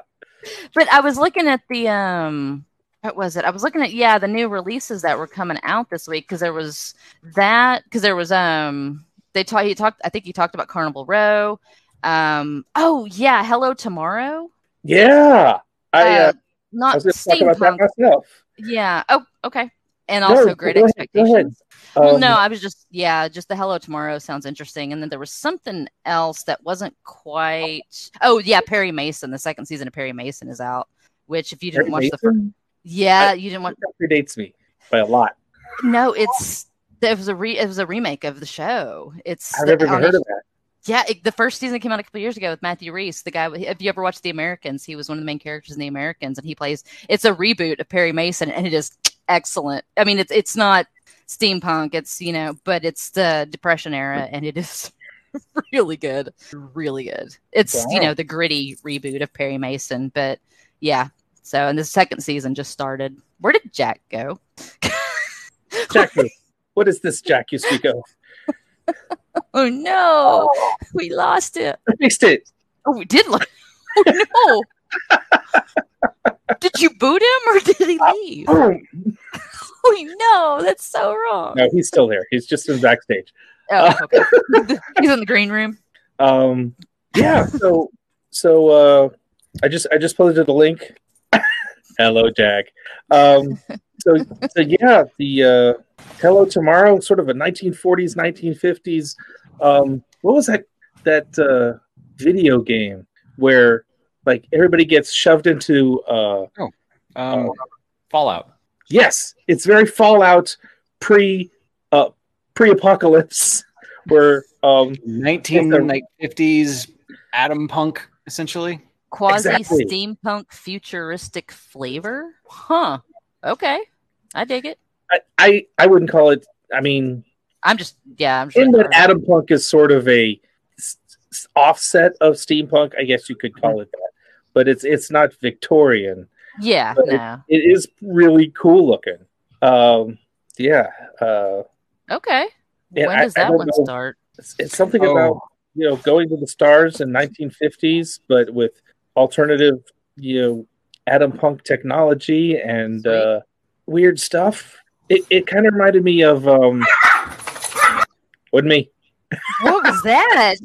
But I was looking at the um what was it? I was looking at yeah, the new releases that were coming out this week because there was that because there was um they talked he talked I think he talked about Carnival Row. Um oh yeah, Hello Tomorrow.
Yeah. I, uh, I
not
was going to talk about that
steampunk.
myself.
yeah. Oh, okay. And
No,
also Great
go ahead, go
Expectations.
ahead.
Well,
Um,
no, I was just yeah, just the Hello Tomorrow sounds interesting, and then there was something else that wasn't quite. Oh yeah, Perry Mason. The second season of Perry Mason is out. Which, if you didn't
Perry
watch the first,
Mason?
yeah, you didn't watch.
That predates me by a lot.
No, it's it was a re, it was a remake of the show. It's
I've never even
on
heard
H-
of that.
Yeah, it, the first season came out a couple years ago with Matthew Reese, the guy. If you ever watched The Americans, he was one of the main characters in The Americans, and he plays. It's a reboot of Perry Mason, and it is excellent. I mean, it's it's not steampunk. It's you know, but it's the Depression era, and it is really good, really good. It's you
Wow.
know the gritty reboot of Perry Mason, but yeah. So, and the second season just started. Where did Jack go?
Jack, what is this Jack you speak of?
Oh no, we lost it.
I fixed it.
Oh, we did look. Oh no! did you boot him or did he leave?
Boom.
Oh no, that's so wrong.
No, he's still there. He's just in backstage.
Oh, okay. He's in the green room.
Um, yeah. So, so uh, I just I just posted the link. Hello, Jack. Um, so, so yeah, the uh, Hello Tomorrow, sort of a 1940s, 1950s. Um, what was that that uh, video game where like everybody gets shoved into? Uh,
Um,
Oh.
Fallout.
yes, it's very Fallout pre uh, pre apocalypse where um,
1950s atom punk essentially.
Quasi
Exactly.
steampunk futuristic flavor. Huh. Okay. I dig it.
I, I I wouldn't call it. I mean,
I'm just yeah. I'm just
in that atom punk is sort of a s- s- offset of steampunk. I guess you could call it that, but it's it's not Victorian.
yeah.
but
No.
It is really cool looking. Um, yeah, uh,
Okay.
Yeah,
when
I-
does
I
that
don't
one
know.
start?
it's, it's something
Oh.
about you know going to the stars in 1950s, but with alternative you know atom punk technology and
Sweet.
uh, weird stuff. It, it kind of reminded me of um, wouldn't me.
What was that?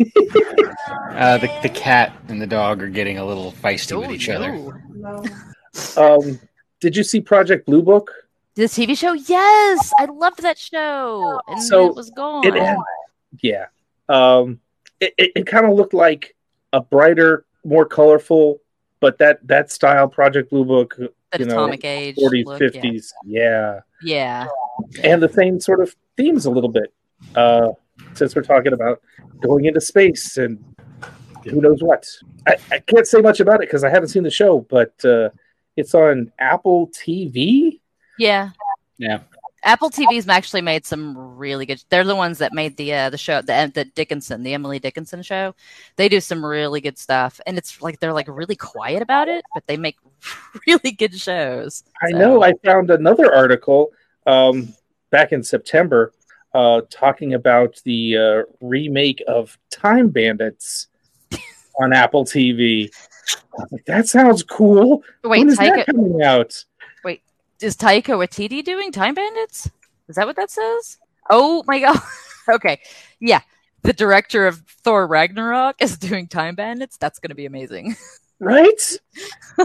Uh, the, the cat and the dog are getting a little feisty
Oh,
with each other.
no.
Um, did you see Project Blue Book?
This TV show, yes, I loved that show, and
Oh. So,
then it was gone.
It had, yeah. Um, it it, it kind of looked like a brighter, more colorful, but that that style Project Blue Book
that
you know,
atomic age
40s,
look,
50s. Yeah.
Yeah.
And the same sort of themes a little bit. Uh, since we're talking about going into space and who knows what. I, I can't say much about it because I haven't seen the show, but uh, it's on Apple TV.
yeah, yeah.
Yeah.
Apple TV's actually made some really good. They're the ones that made the uh, the show, the the Dickinson, the Emily Dickinson show. They do some really good stuff, and it's like they're like really quiet about it, but they make really good shows.
I
So,
know. I found another article um, back in September uh, talking about the uh, remake of Time Bandits on Apple TV. I was like, that sounds cool.
Wait,
when is
Taika
that coming out?
is Taika Waititi doing Time Bandits? Is that what that says? Oh my god. okay. Yeah. The director of Thor Ragnarok is doing Time Bandits. That's going to be amazing.
Right?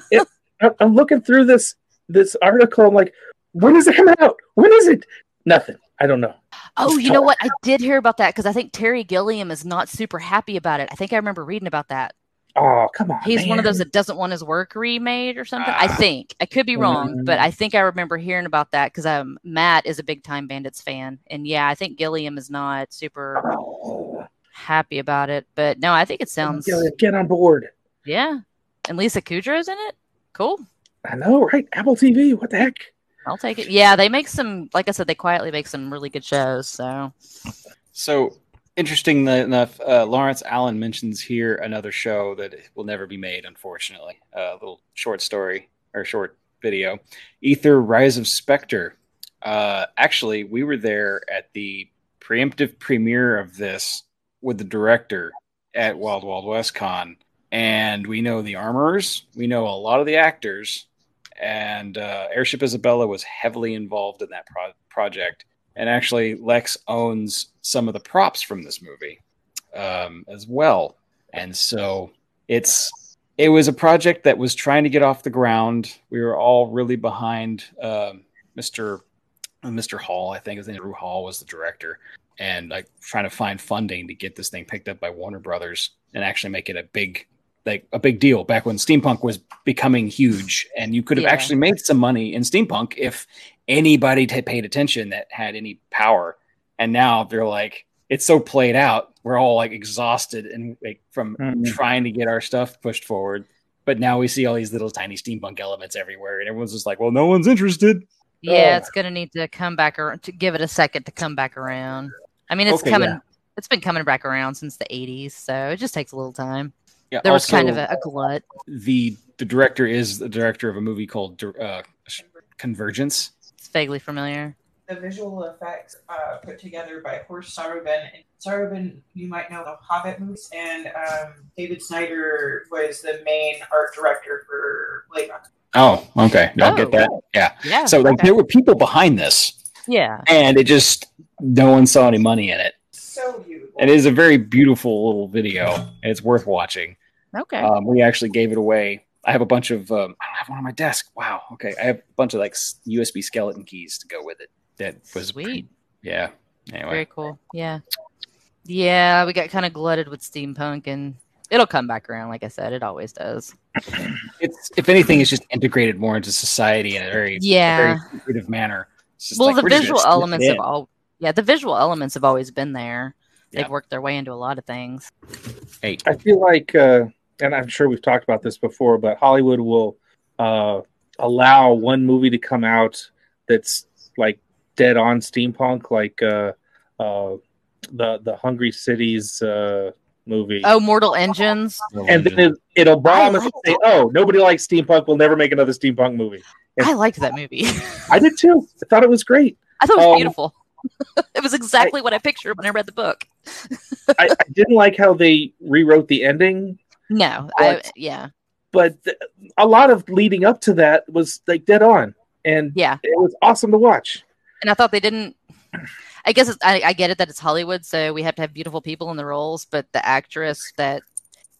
It- I- I'm looking through this this article. I'm like, when is it coming out? When is it? Nothing. I don't know.
Oh, you know what? I did hear about that because I think Terry Gilliam is not super happy about it. I think I remember reading about that.
Oh, come on.
He's one
man.
of those that doesn't want his work remade or something. I
Ah.
think I could be wrong, but
Mm.
I think I remember hearing about that because um, Matt is a big Time Bandits fan, and yeah, I think Gilliam is not super
Oh,
happy about it. But no, I think it sounds.
Gillian, Get on board.
Yeah. And Lisa Kudrow's in it? Cool.
I know, right? Apple TV. What the heck?
I'll take it. Yeah, they make some like I said, they quietly make some really good shows. So
So interesting enough, uh, Lawrence Allen mentions here another show that will never be made, unfortunately. A little short story or short video, Ether: Rise of Spectre. Uh, actually, we were there at the preemptive premiere of this with the director at Wild Wild West Con, and we know the armorers, we know a lot of the actors, and uh, Airship Isabella was heavily involved in that pro- project and actually Lex owns some of the props from this movie um, as well. And so it's it was a project that was trying to get off the ground. We were all really behind um, Mr. Mr. Hall, I think his name Drew Hall was the director, and like trying to find funding to get this thing picked up by Warner Brothers and actually make it a big like a big deal back when steampunk was becoming huge and you could have
Yeah.
actually made some money in steampunk if anybody had paid attention that had any power and now they're like it's so played out we're all like exhausted and like from
Mhm.
trying to get our stuff pushed forward but now we see all these little tiny steampunk elements everywhere and everyone's just like well no one's interested
yeah,
Oh.
it's gonna need to come back around to give it a second to come back around. I mean it's
Okay,
coming
yeah.
it's been coming back around since the eighties, so it just takes a little time.
yeah
There was kind of
also-
a, a glut.
the the director is the director of a movie called uh, Convergence.
It's vaguely familiar.
the visual effects uh, put together by Horst Sarabin. And Sarabin, you might know the Hobbit movies, and um, David Snyder was the main art director for Blade Runner.
Oh, okay. I'll get
Oh.
that. Yeah.
Yeah.
So like
okay.
there were people behind this,
Yeah.
and it just no one saw any money in it.
So beautiful.
And it is a very beautiful little video. and It's worth watching.
Okay.
Um, we actually gave it away. I have a bunch of. Um, I don't have one on my desk. Wow. Okay. I have a bunch of like s- USB skeleton keys to go with it. That was
Sweet.
pretty- yeah. Anyway.
Very cool. Yeah. Yeah, we got kind of glutted with steampunk and it'll come back around, like I said, it always does.
It's if anything, it's just integrated more into society in a very
Yeah.
very creative manner. It's just
well
like,
the
we're just gonna
visual
snip it
elements
in.
have all yeah the visual elements have always been there
Yeah.
they've worked their way into a lot of things
eight.
I feel like, uh, and I'm sure we've talked about this before, but Hollywood will uh, allow one movie to come out that's like dead on steampunk, like uh, uh, the the Hungry Cities uh, movie.
oh mortal engines
And then it, it'll bomb and
like
say, "Oh, nobody likes steampunk. We'll never make another steampunk movie." Yeah.
i liked that movie
I did too. I thought it was great.
i thought it was
Um,
beautiful it was exactly what i pictured when i read the book
I, I didn't like how they rewrote the ending,
no I,
What?
yeah
but th- a lot of leading up to that was like dead on, and
yeah
it was awesome to watch.
and i thought they didn't i guess it's, I, I get it that it's hollywood so we have to have beautiful people in the roles but the actress that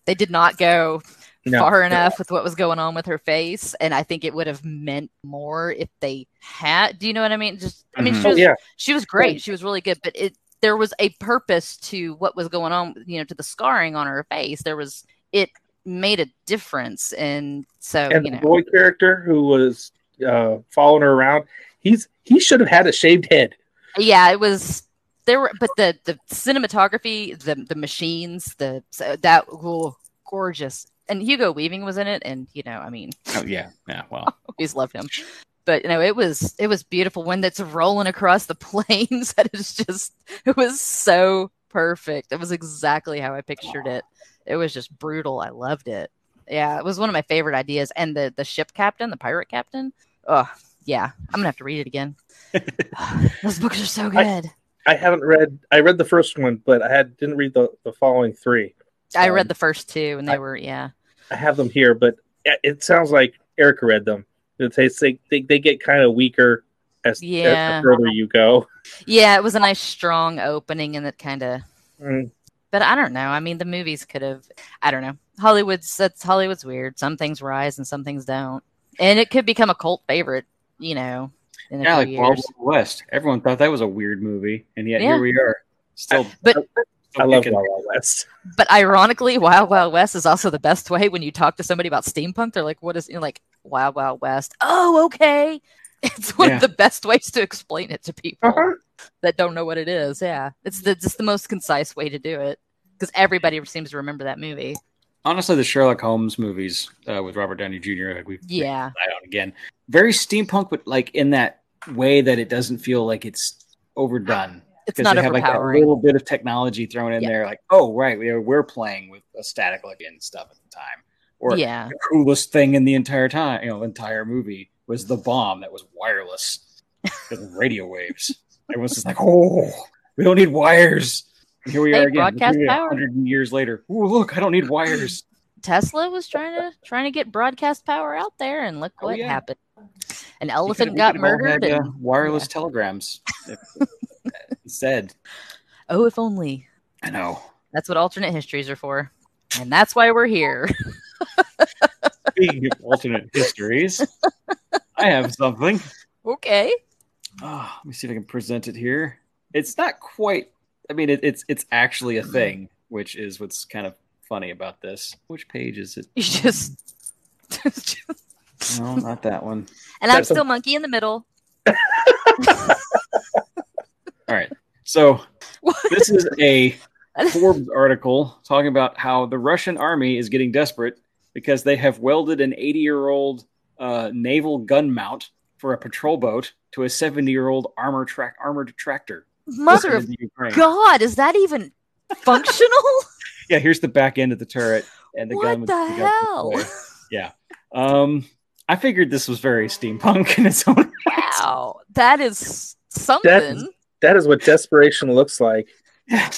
they did not go
No.
far enough with what was going on with her face and i think it would have meant more if they had do you know what i mean just i mean
Mhm.
she
Oh,
was
yeah.
she was great she was really good but it there was a purpose to what was going on you know to the scarring on her face there was it made a difference. And so,
and
you
the
know,
boy character who was uh, following her around, he's he should have had a shaved head.
yeah, it was there. Were, but the the cinematography, the the machines, the so that oh, gorgeous. And Hugo Weaving was in it, and you know, I mean,
Oh yeah, yeah. Well,
always loved him. But you know, it was it was beautiful when that's rolling across the plains. That is just it was so perfect. It was exactly how I pictured it. It was just brutal. I loved it. Yeah, it was one of my favorite ideas. And the the ship captain, the pirate captain. Oh yeah, I'm gonna have to read it again. Those books are so
I-
good.
I haven't read. I read the first one, but I had didn't read the the following three.
I,
um,
read the first two, and they
I-
were yeah.
I have them here, but it- it sounds like Erica read them. It's- It's, they, they they get kind of weaker as, as the
Yeah.
further you go.
Yeah, it was a nice strong opening, and it kind of
Mm.
but I don't know. I mean, the movies could have. I don't know. Hollywood's that's Hollywood's weird. Some things rise and some things don't, and it could become a cult favorite. You know, in a
yeah,
few
like Wild
years.
Wild West. Everyone thought that was a weird movie, and yet
Yeah.
here we are, still.
But-
I love
picking-
Wild Wild West.
But ironically, Wild Wild West is also the best way when you talk to somebody about steampunk. They're like, "What is?" You're like, "Wild Wild West." Oh, okay. It's one
Yeah.
of the best ways to explain it to people
Uh-huh.
that don't know what it is. Yeah, it's the, just the most concise way to do it because everybody seems to remember that movie.
honestly, the Sherlock Holmes movies uh, with Robert Downey Jr. Like we've
Yeah,
I don't again. Very steampunk, but like in that way that it doesn't feel like it's overdone.
Ah, it's
'Cause
not
they have like a
overpowering.
little bit of technology thrown in
Yeah.
there, like oh right, we are, we're playing with a static look and stuff at the time. Or
yeah,
the coolest thing in the entire time, you know, entire movie was the bomb that was wireless because of radio waves. Everyone's just like, oh, we don't need wires. And here we
Hey,
are again,
broadcast power.
hundred years later. Oh look, I don't need wires.
Tesla was trying to trying to get broadcast power out there, and look
Oh,
what
yeah.
happened. An
We
elephant
could've- we
got
could've all
murdered.
had, uh,
and,
wireless telegrams. Said,
oh, if only.
I know.
That's what alternate histories are for, and that's why we're here.
Speaking of alternate histories, I have something.
okay.
Ah, let me see if I can present it here. It's not quite. I mean, it, it's it's actually a thing, which is what's kind of funny about this. Which page is it?
You just.
No, not that one.
and I'm
That's a-
still monkey in the middle.
All right. So
What?
this is a Forbes article talking about how the Russian army is getting desperate because they have welded an 80 year old uh, naval gun mount for a patrol boat to a 70 year old armor track armored tractor.
Mother of
Sent into Ukraine.
God, is that even functional?
Yeah, here's the back end of the turret and the gun.
what
with
the
gun
hell?
away. Um, I figured this was very steampunk in its own.
Wow, that is something.
That is what desperation looks like.
yeah,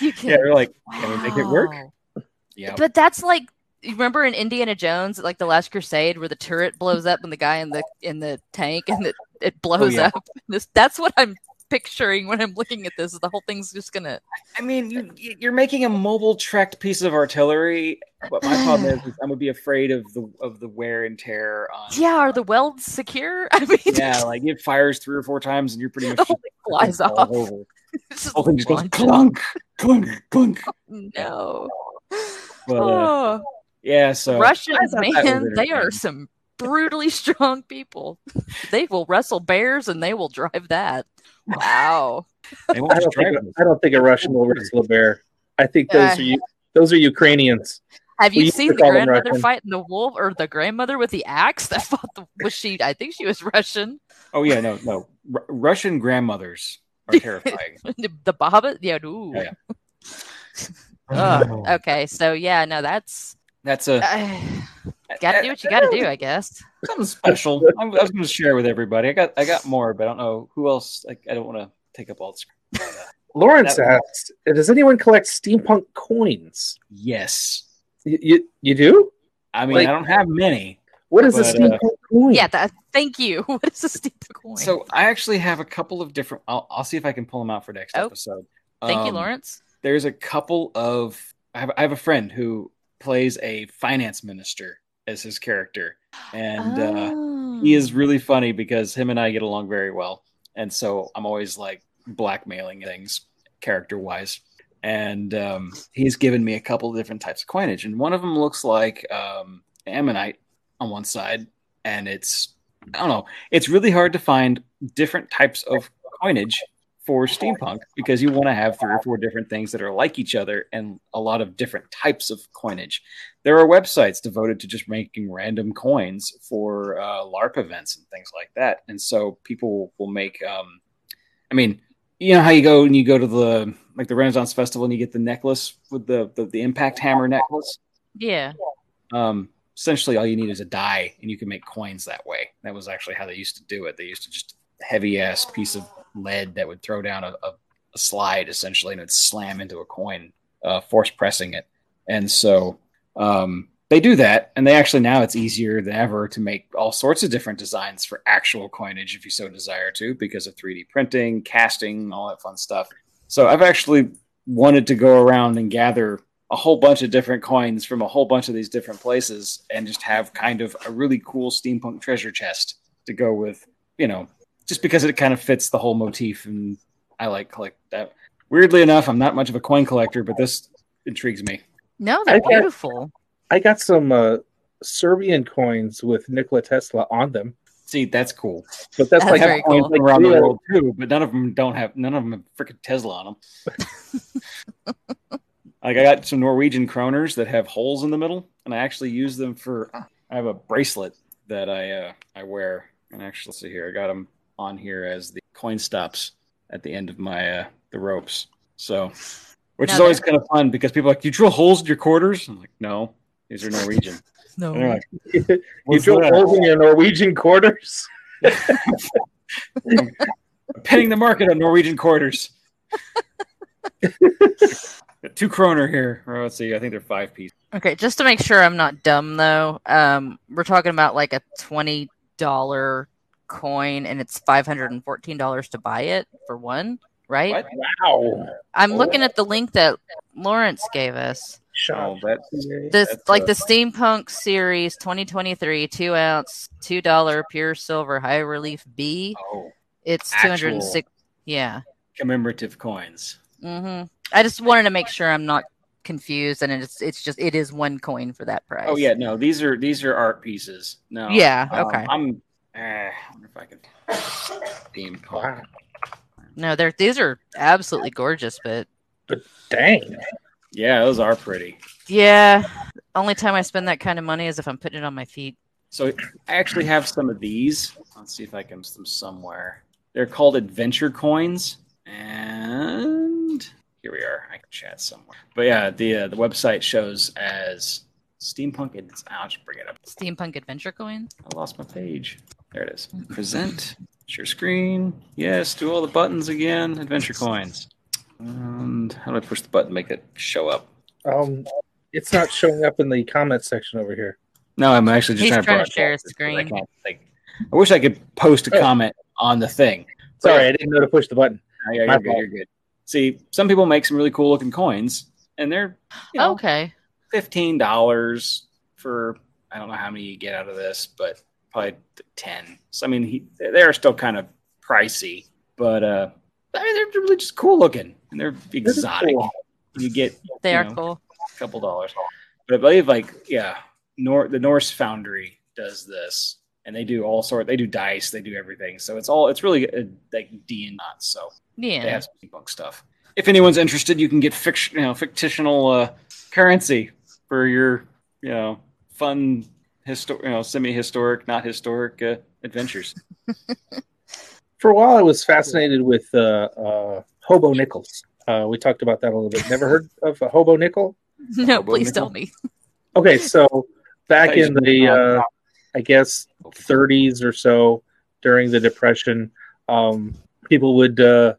you can.
they're like, can we make it work?
Wow.
yeah,
But that's like you remember in Indiana Jones, like the Last Crusade, where the turret blows up and the guy in the in the tank and it, it blows
Oh, yeah.
up. This that's what I'm picturing when I'm looking at this. Is the whole thing's just gonna
I mean, you, you- you're making a mobile tracked piece of artillery, but my problem is, is I would be afraid of the of the wear and tear. On,
yeah? Are the welds secure? I mean,
yeah, like it fires three or four times, and you're pretty much
the
just
whole thing Oh, flies
all
off.
Over. The
It's just
whole thing just goes
launched.
clunk, clunk, clunk.
No,
But, uh,
oh,
yeah, so
Russians,
I thought that was
man, they are
entertaining.
some brutally strong people. they will wrestle bears and they will drive that. Wow.
they
I
won't
don't,
just drive
think,
this.
I don't think a Russian will wrestle a bear. I think those
Uh.
are you. Those are Ukrainians.
Have
We
you
used to
seen the
call them
grandmother
Russian.
fighting the wolf or the grandmother with the axe that fought the was she I think she was Russian.
Oh yeah, no, no. Ru- Russian grandmothers are terrifying.
The, the Babbit? Yeah, ooh.
Yeah.
Ugh, okay, so yeah, no, that's
That's a
uh, gotta do what you gotta do, I guess.
Something special. I'm, I was going to share with everybody. I got I got more, but I don't know who else. Like, I don't want to take up all the screen.
Lawrence
That-
asked, "Does anyone collect steampunk coins?
Yes,
You you, you do?
I mean
Like-
I don't have many.
What is a
But, uh,
steampunk coin?
Yeah, that, thank you. What is a steep coin?
So I actually have a couple of different. I'll, I'll see if I can pull them out for next
Oh.
episode.
thank you,
Um,
Lawrence.
There's a couple of. I have I have a friend who plays a finance minister as his character, and. uh he is
Oh.
really funny because him and I get along very well, and so I'm always like blackmailing things character wise, and um, he's given me a couple of different types of coinage, and one of them looks like um, ammonite on one side, and it's I don't know, it's really hard to find different types of coinage for steampunk because you want to have three or four different things that are like each other and a lot of different types of coinage. There are websites devoted to just making random coins for uh, LARP events and things like that, and so people will make. Um, I mean, you know how you go and you go to the like the Renaissance Festival and you get the necklace with the the, the impact hammer necklace.
Yeah.
Um, essentially, all you need is a die, and you can make coins that way. That was actually how they used to do it. They used to just heavy ass piece of lead that would throw down a, a, a slide essentially and it would slam into a coin, uh, force pressing it. And so um, they do that. And they actually now it's easier than ever to make all sorts of different designs for actual coinage if you so desire to, because of 3D printing, casting, all that fun stuff. So I've actually wanted to go around and gather a whole bunch of different coins from a whole bunch of these different places and just have kind of a really cool steampunk treasure chest to go with, you know, just because it kind of fits the whole motif and I like collect that. Weirdly enough, I'm not much of a coin collector, but this intrigues me.
No, they're
I got-
beautiful.
I got some uh, Serbian coins with Nikola Tesla on them,
See, that's cool.
but that's,
That's
like
very
coins
cool.
like
around the
real-
world too, but none of them don't have none of them have freaking Tesla on them. like I got some Norwegian kroners that have holes in the middle, and I actually use them for. I have a bracelet that I uh, I wear, and actually let's see here, I got them on here as the coin stops at the end of my uh, the ropes. So, which
Now
is always kind of fun because people are like, "Do you drill holes in your quarters?" I'm like, "No, these are Norwegian." And they're
No.
like,
you
"What's
drill
that?"
holes in your Norwegian quarters.
pinning the market on Norwegian quarters. Got Two kroner here. Or let's see. I think they're five piece.
Okay, just to make sure I'm not dumb though, um, we're talking about like a twenty dollar coin, and it's five hundred and fourteen dollars to buy it for one, right?
What?
Wow.
I'm looking at the link that Lawrence gave us.
Oh,
Sean.
that's
This
That's,
like
uh,
the steampunk series 2023 two ounce two dollar pure silver high relief B.
oh,
It's two
Actual.
hundred and six. Yeah.
commemorative coins.
Mm-hmm. I just wanted to make sure I'm not confused, and it's it's just it is one coin for that price.
Oh yeah, no, these are these are art pieces. No,
Yeah.
um,
Okay.
I'm. Uh, I wonder if I can. Steam
Wow.
no, they're these are absolutely gorgeous, but
Dang.
Yeah, those are pretty.
Yeah. Only time I spend that kind of money is if I'm putting it on my feet.
So I actually have some of these. Let's see if I can get them somewhere. They're called adventure coins, and here we are. I can chat somewhere. But yeah, the uh, the website shows as steampunk. It's, I'll just bring it up.
Steampunk adventure coin.
I lost my page. There it is. Present. Share screen. Yes. Do all the buttons again. Adventure coins. And how do I push the button to make it show up?
Um, it's not showing up in the comment section over here.
No, I'm actually just
He's
trying to,
trying to share
broadcast
his
it, but I
screen.
can't, like, I wish I could post a
Oh.
comment on the thing.
Sorry, I didn't know to push the button.
No, yeah,
My
you're good,
fault.
you're good. See, some people make some really cool looking coins, and they're you know,
Okay.
fifteen dollars for I don't know how many you get out of this, but probably ten. So I mean, he, they're still kind of pricey, but uh, I mean, they're really just cool looking and they're exotic.
cool.
You get
They
you
are
know,
cool.
a couple dollars, but I believe like yeah, Nor- the Norse Foundry does this, and they do all sort. They do dice, they do everything. So it's all it's really uh like D and not so they
Yeah.
have some debunk stuff. If anyone's interested, you can get fiction, you know, fictional uh, currency for your, you know, fun, histo- you know, semi-historic, not historic uh, adventures.
For a while, I was fascinated with uh, uh, hobo nickels. Uh, we talked about that a little bit. Never heard of a hobo nickel?
No,
Hobo
please
nickel?
tell me.
Okay, so back in the, uh, I guess, 30s or so during the Depression, um, people would uh,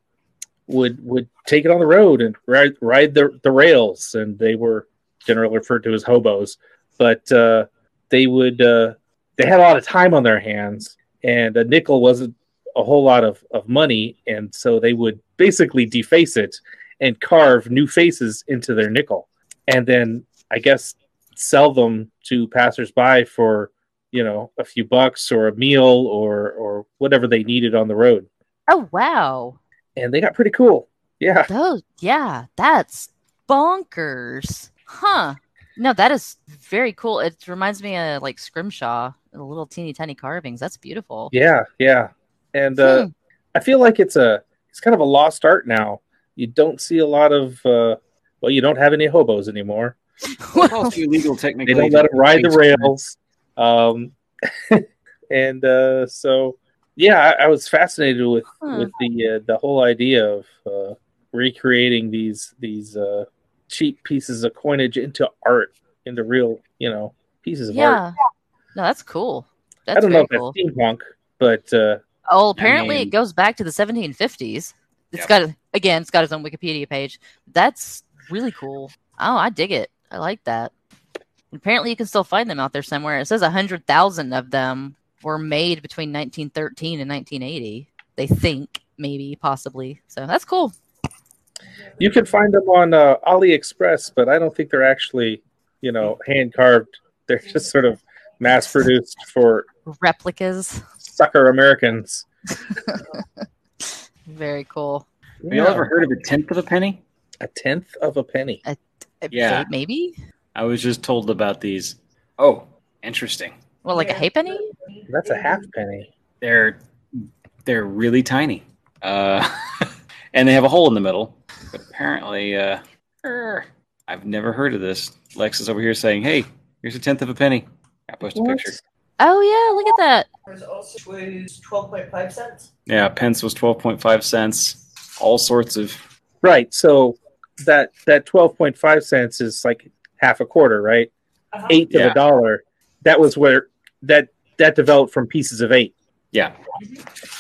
would would take it on the road and ride ride the the rails, and they were generally referred to as hobos. But uh, they would uh, they had a lot of time on their hands, and a nickel wasn't a whole lot of, of money, and so they would basically deface it and carve new faces into their nickel, and then I guess sell them to passersby for you know a few bucks or a meal or or whatever they needed on the road
Oh wow.
and they got pretty cool yeah
Those yeah, that's bonkers. Huh. No, that is very cool. It reminds me of like Scrimshaw, the little teeny tiny carvings. That's beautiful.
Yeah, yeah. And uh,
Hmm.
I feel like it's a it's kind of a lost art now. You don't see a lot of uh, well, you don't have any hobos anymore.
Well, it's illegal technically.
They don't let them ride the
Things-
rails. Um, and uh, so, yeah, I, I was fascinated with
Huh.
with the uh, the whole idea of uh, recreating these these uh, cheap pieces of coinage into art, into real you know pieces of art.
Yeah. No, that's cool. That's
I don't know
very
if that's
cool.
steampunk, but uh,
Oh, apparently
mean-
it goes back to the 1750s. It's
Yep.
got a- again, it's got its own Wikipedia page. That's really cool. Oh, I dig it. I like that. Apparently, you can still find them out there somewhere. It says hundred thousand of them were made between 1913 and 1980. They think maybe, possibly. So that's cool.
you can find them on uh, AliExpress, but I don't think they're actually you know hand carved. They're just sort of mass produced for
Replicas,
sucker Americans.
very cool.
Have you all ever heard of a tenth of a penny?
a tenth of a penny?
Uh,
Yeah.
maybe.
I was just told about these. Oh, interesting.
Well, like a
Yeah.
halfpenny.
That's a half penny.
They're they're really tiny, uh, and they have a hole in the middle. But apparently, uh, er, I've never heard of this. Lex is over here saying, "Hey, here's a tenth of a penny." I post a picture.
Oh yeah, look at that.
was also was twelve point five cents.
Yeah, pence was twelve point five cents. All sorts of
Right. So that that twelve point five cents is like half a quarter, right?
Uh-huh.
Eighth of
Yeah.
a dollar. That was where that that developed from pieces of eight.
yeah.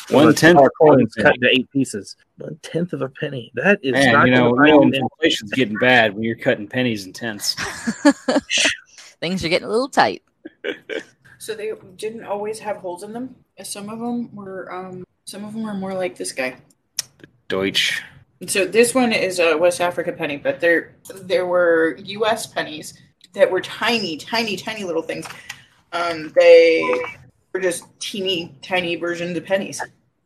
Where
One tenth.
dollar coins
of a
cut
penny.
into eight pieces. One tenth of a penny. That is
Man,
not
you know,
gonna
you know,
find an-
inflation's getting bad when you're cutting pennies and tenths.
Things are getting a little tight.
So they didn't always have holes in them. Some of them were, um, some of them were more like this guy.
Deutsch.
So this one is a West Africa penny, but there there were U.S. pennies that were tiny, tiny, tiny little things. Um, they were just teeny, tiny versions of pennies.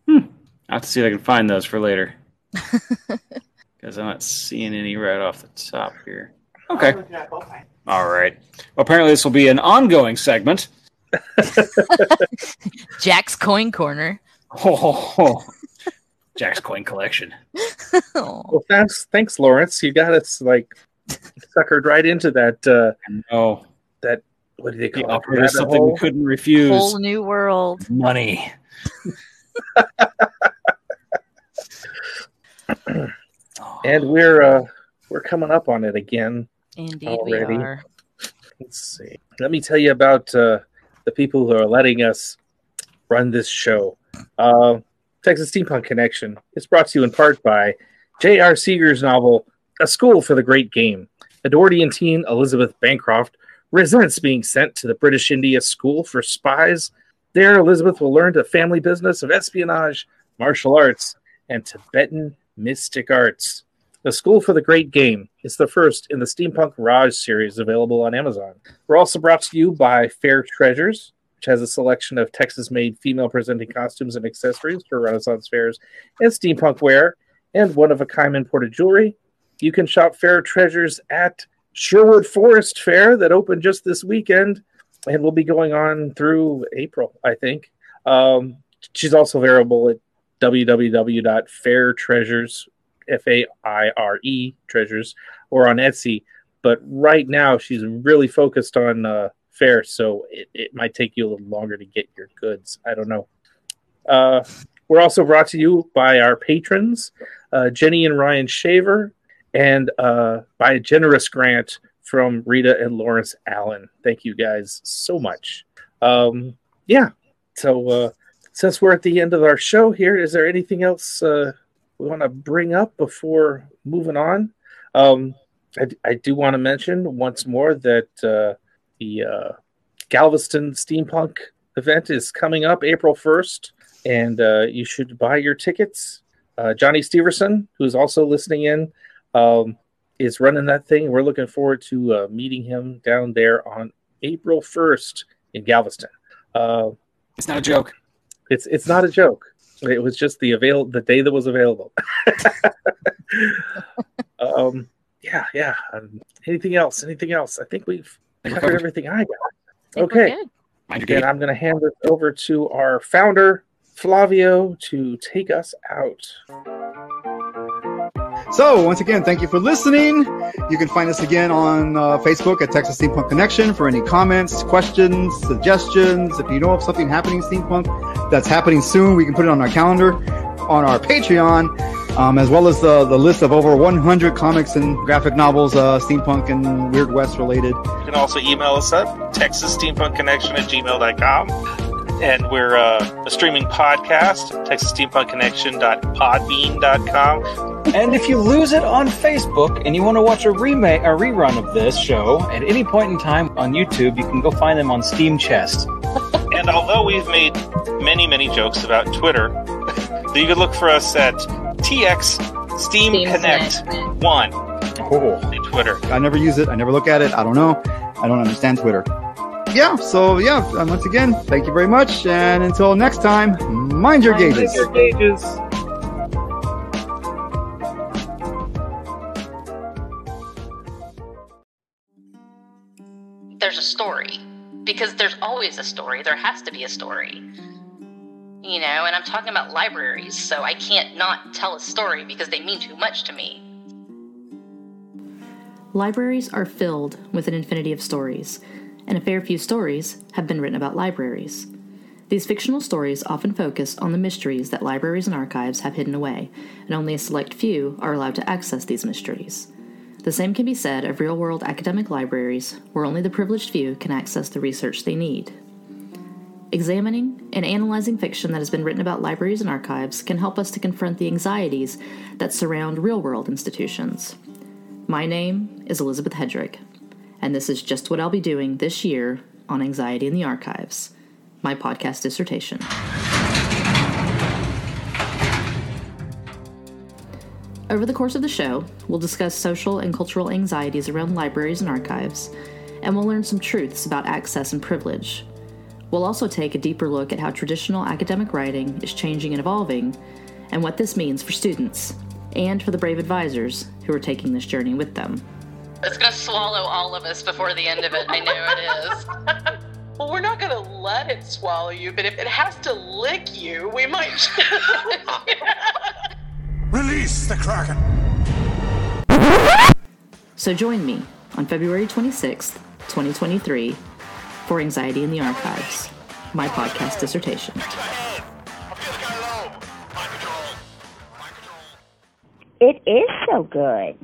I have to see if I can find those for later. Because I'm not seeing any right off the top here. Okay. All right. Apparently, this will be an ongoing segment.
Jack's coin corner.
Ho, ho, ho. Jack's coin collection.
Aw.
Well, thanks, thanks, Lawrence. You got us like suckered right into that. Uh,
Oh,
what do they
the
call it?
offer is
Rabbit
something
hole?
we couldn't refuse.
whole new world.
Money.
And we're uh, we're coming up on it again.
Indeed,
Already.
we are.
Let's see. Let me tell you about uh, the people who are letting us run this show. Uh, Texas Steampunk Connection is brought to you in part by J.R. Seeger's novel, A School for the Great Game. Edwardian teen Elizabeth Bancroft resents being sent to the British India School for Spies. There, Elizabeth will learn the family business of espionage, martial arts, and Tibetan mystic arts. The School for the Great Game is the first in the Steampunk Raj series available on Amazon. We're also brought to you by Fair Treasures, which has a selection of Texas made female presenting costumes and accessories for Renaissance fairs and steampunk wear, and one of a kind imported jewelry. You can shop Fair Treasures at Sherwood Forest Fair that opened just this weekend and will be going on through April, I think. Um, she's also available at www.fairtreasures F A I R E treasures or on Etsy. But right now, she's really focused on uh, fair, so it, it might take you a little longer to get your goods. I don't know. Uh, we're also brought to you by our patrons, uh, Jenny and Ryan Shaver, and uh, by a generous grant from Rita and Lawrence Allen. Thank you guys so much. Um, yeah. So uh, since we're at the end of our show here, is there anything else? Uh, we want to bring up before moving on. Um, I, I do want to mention once more that uh, the uh, Galveston Steampunk event is coming up April 1st, and uh, you should buy your tickets. Uh, Johnny Steverson, who's also listening in, um, is running that thing. We're looking forward to uh, meeting him down there on April 1st in Galveston. Uh,
It's not a joke.
it's it's not a joke. It was just the avail the day that was available. um, yeah, yeah. Um, anything else? Anything else? I think we've
Think we're
covered
covered.
everything I got.
think we're
Okay.
good.
Mind
And
your gate.
I'm going to hand it over to our founder, Flavio, to take us out.
So, once again, thank you for listening. You can find us again on uh, Facebook at Texas Steampunk Connection for any comments, questions, suggestions. If you know of something happening steampunk that's happening soon, we can put it on our calendar, on our Patreon, um, as well as the, the list of over 100 comics and graphic novels, uh, steampunk and Weird West related.
You can also email us at TexasSteampunkConnection at gmail.com. And we're uh, a streaming podcast, TexasSteampunkConnection.podbean.com.
And if you lose it on Facebook and you want to watch a remake, a rerun of this show at any point in time on YouTube, you can go find them on Steam Chest.
And although we've made many, many jokes about Twitter, you can look for us at TX Steam,
Steam
Connect 1 on
Cool.
Twitter.
I never use it. I never look at it. I don't know. I don't understand Twitter. Yeah, so yeah, and once again, thank you very much. And until next time, mind your gauges.
Gauges.
there's a story because there's always a story there has to be a story you know and i'm talking about libraries so i can't not tell a story because they mean too much to me
Libraries are filled with an infinity of stories, and a fair few stories have been written about libraries. These fictional stories often focus on the mysteries that libraries and archives have hidden away, and only a select few are allowed to access these mysteries. The same can be said of real world academic libraries, where only the privileged few can access the research they need. Examining and analyzing fiction that has been written about libraries and archives can help us to confront the anxieties that surround real world institutions. My name is Elizabeth Hedrick, and this is just what I'll be doing this year on Anxiety in the Archives, my podcast dissertation. Over the course of the show, we'll discuss social and cultural anxieties around libraries and archives, and we'll learn some truths about access and privilege. We'll also take a deeper look at how traditional academic writing is changing and evolving, and what this means for students and for the brave advisors who are taking this journey with them.
it's gonna swallow all of us before the end of it i know it is
Well, we're not going to let it swallow you, but if it has to lick you, we might.
Release the Kraken!
So join me on February 26th, 2023 for Anxiety in the Archives, my podcast dissertation.
It is so good.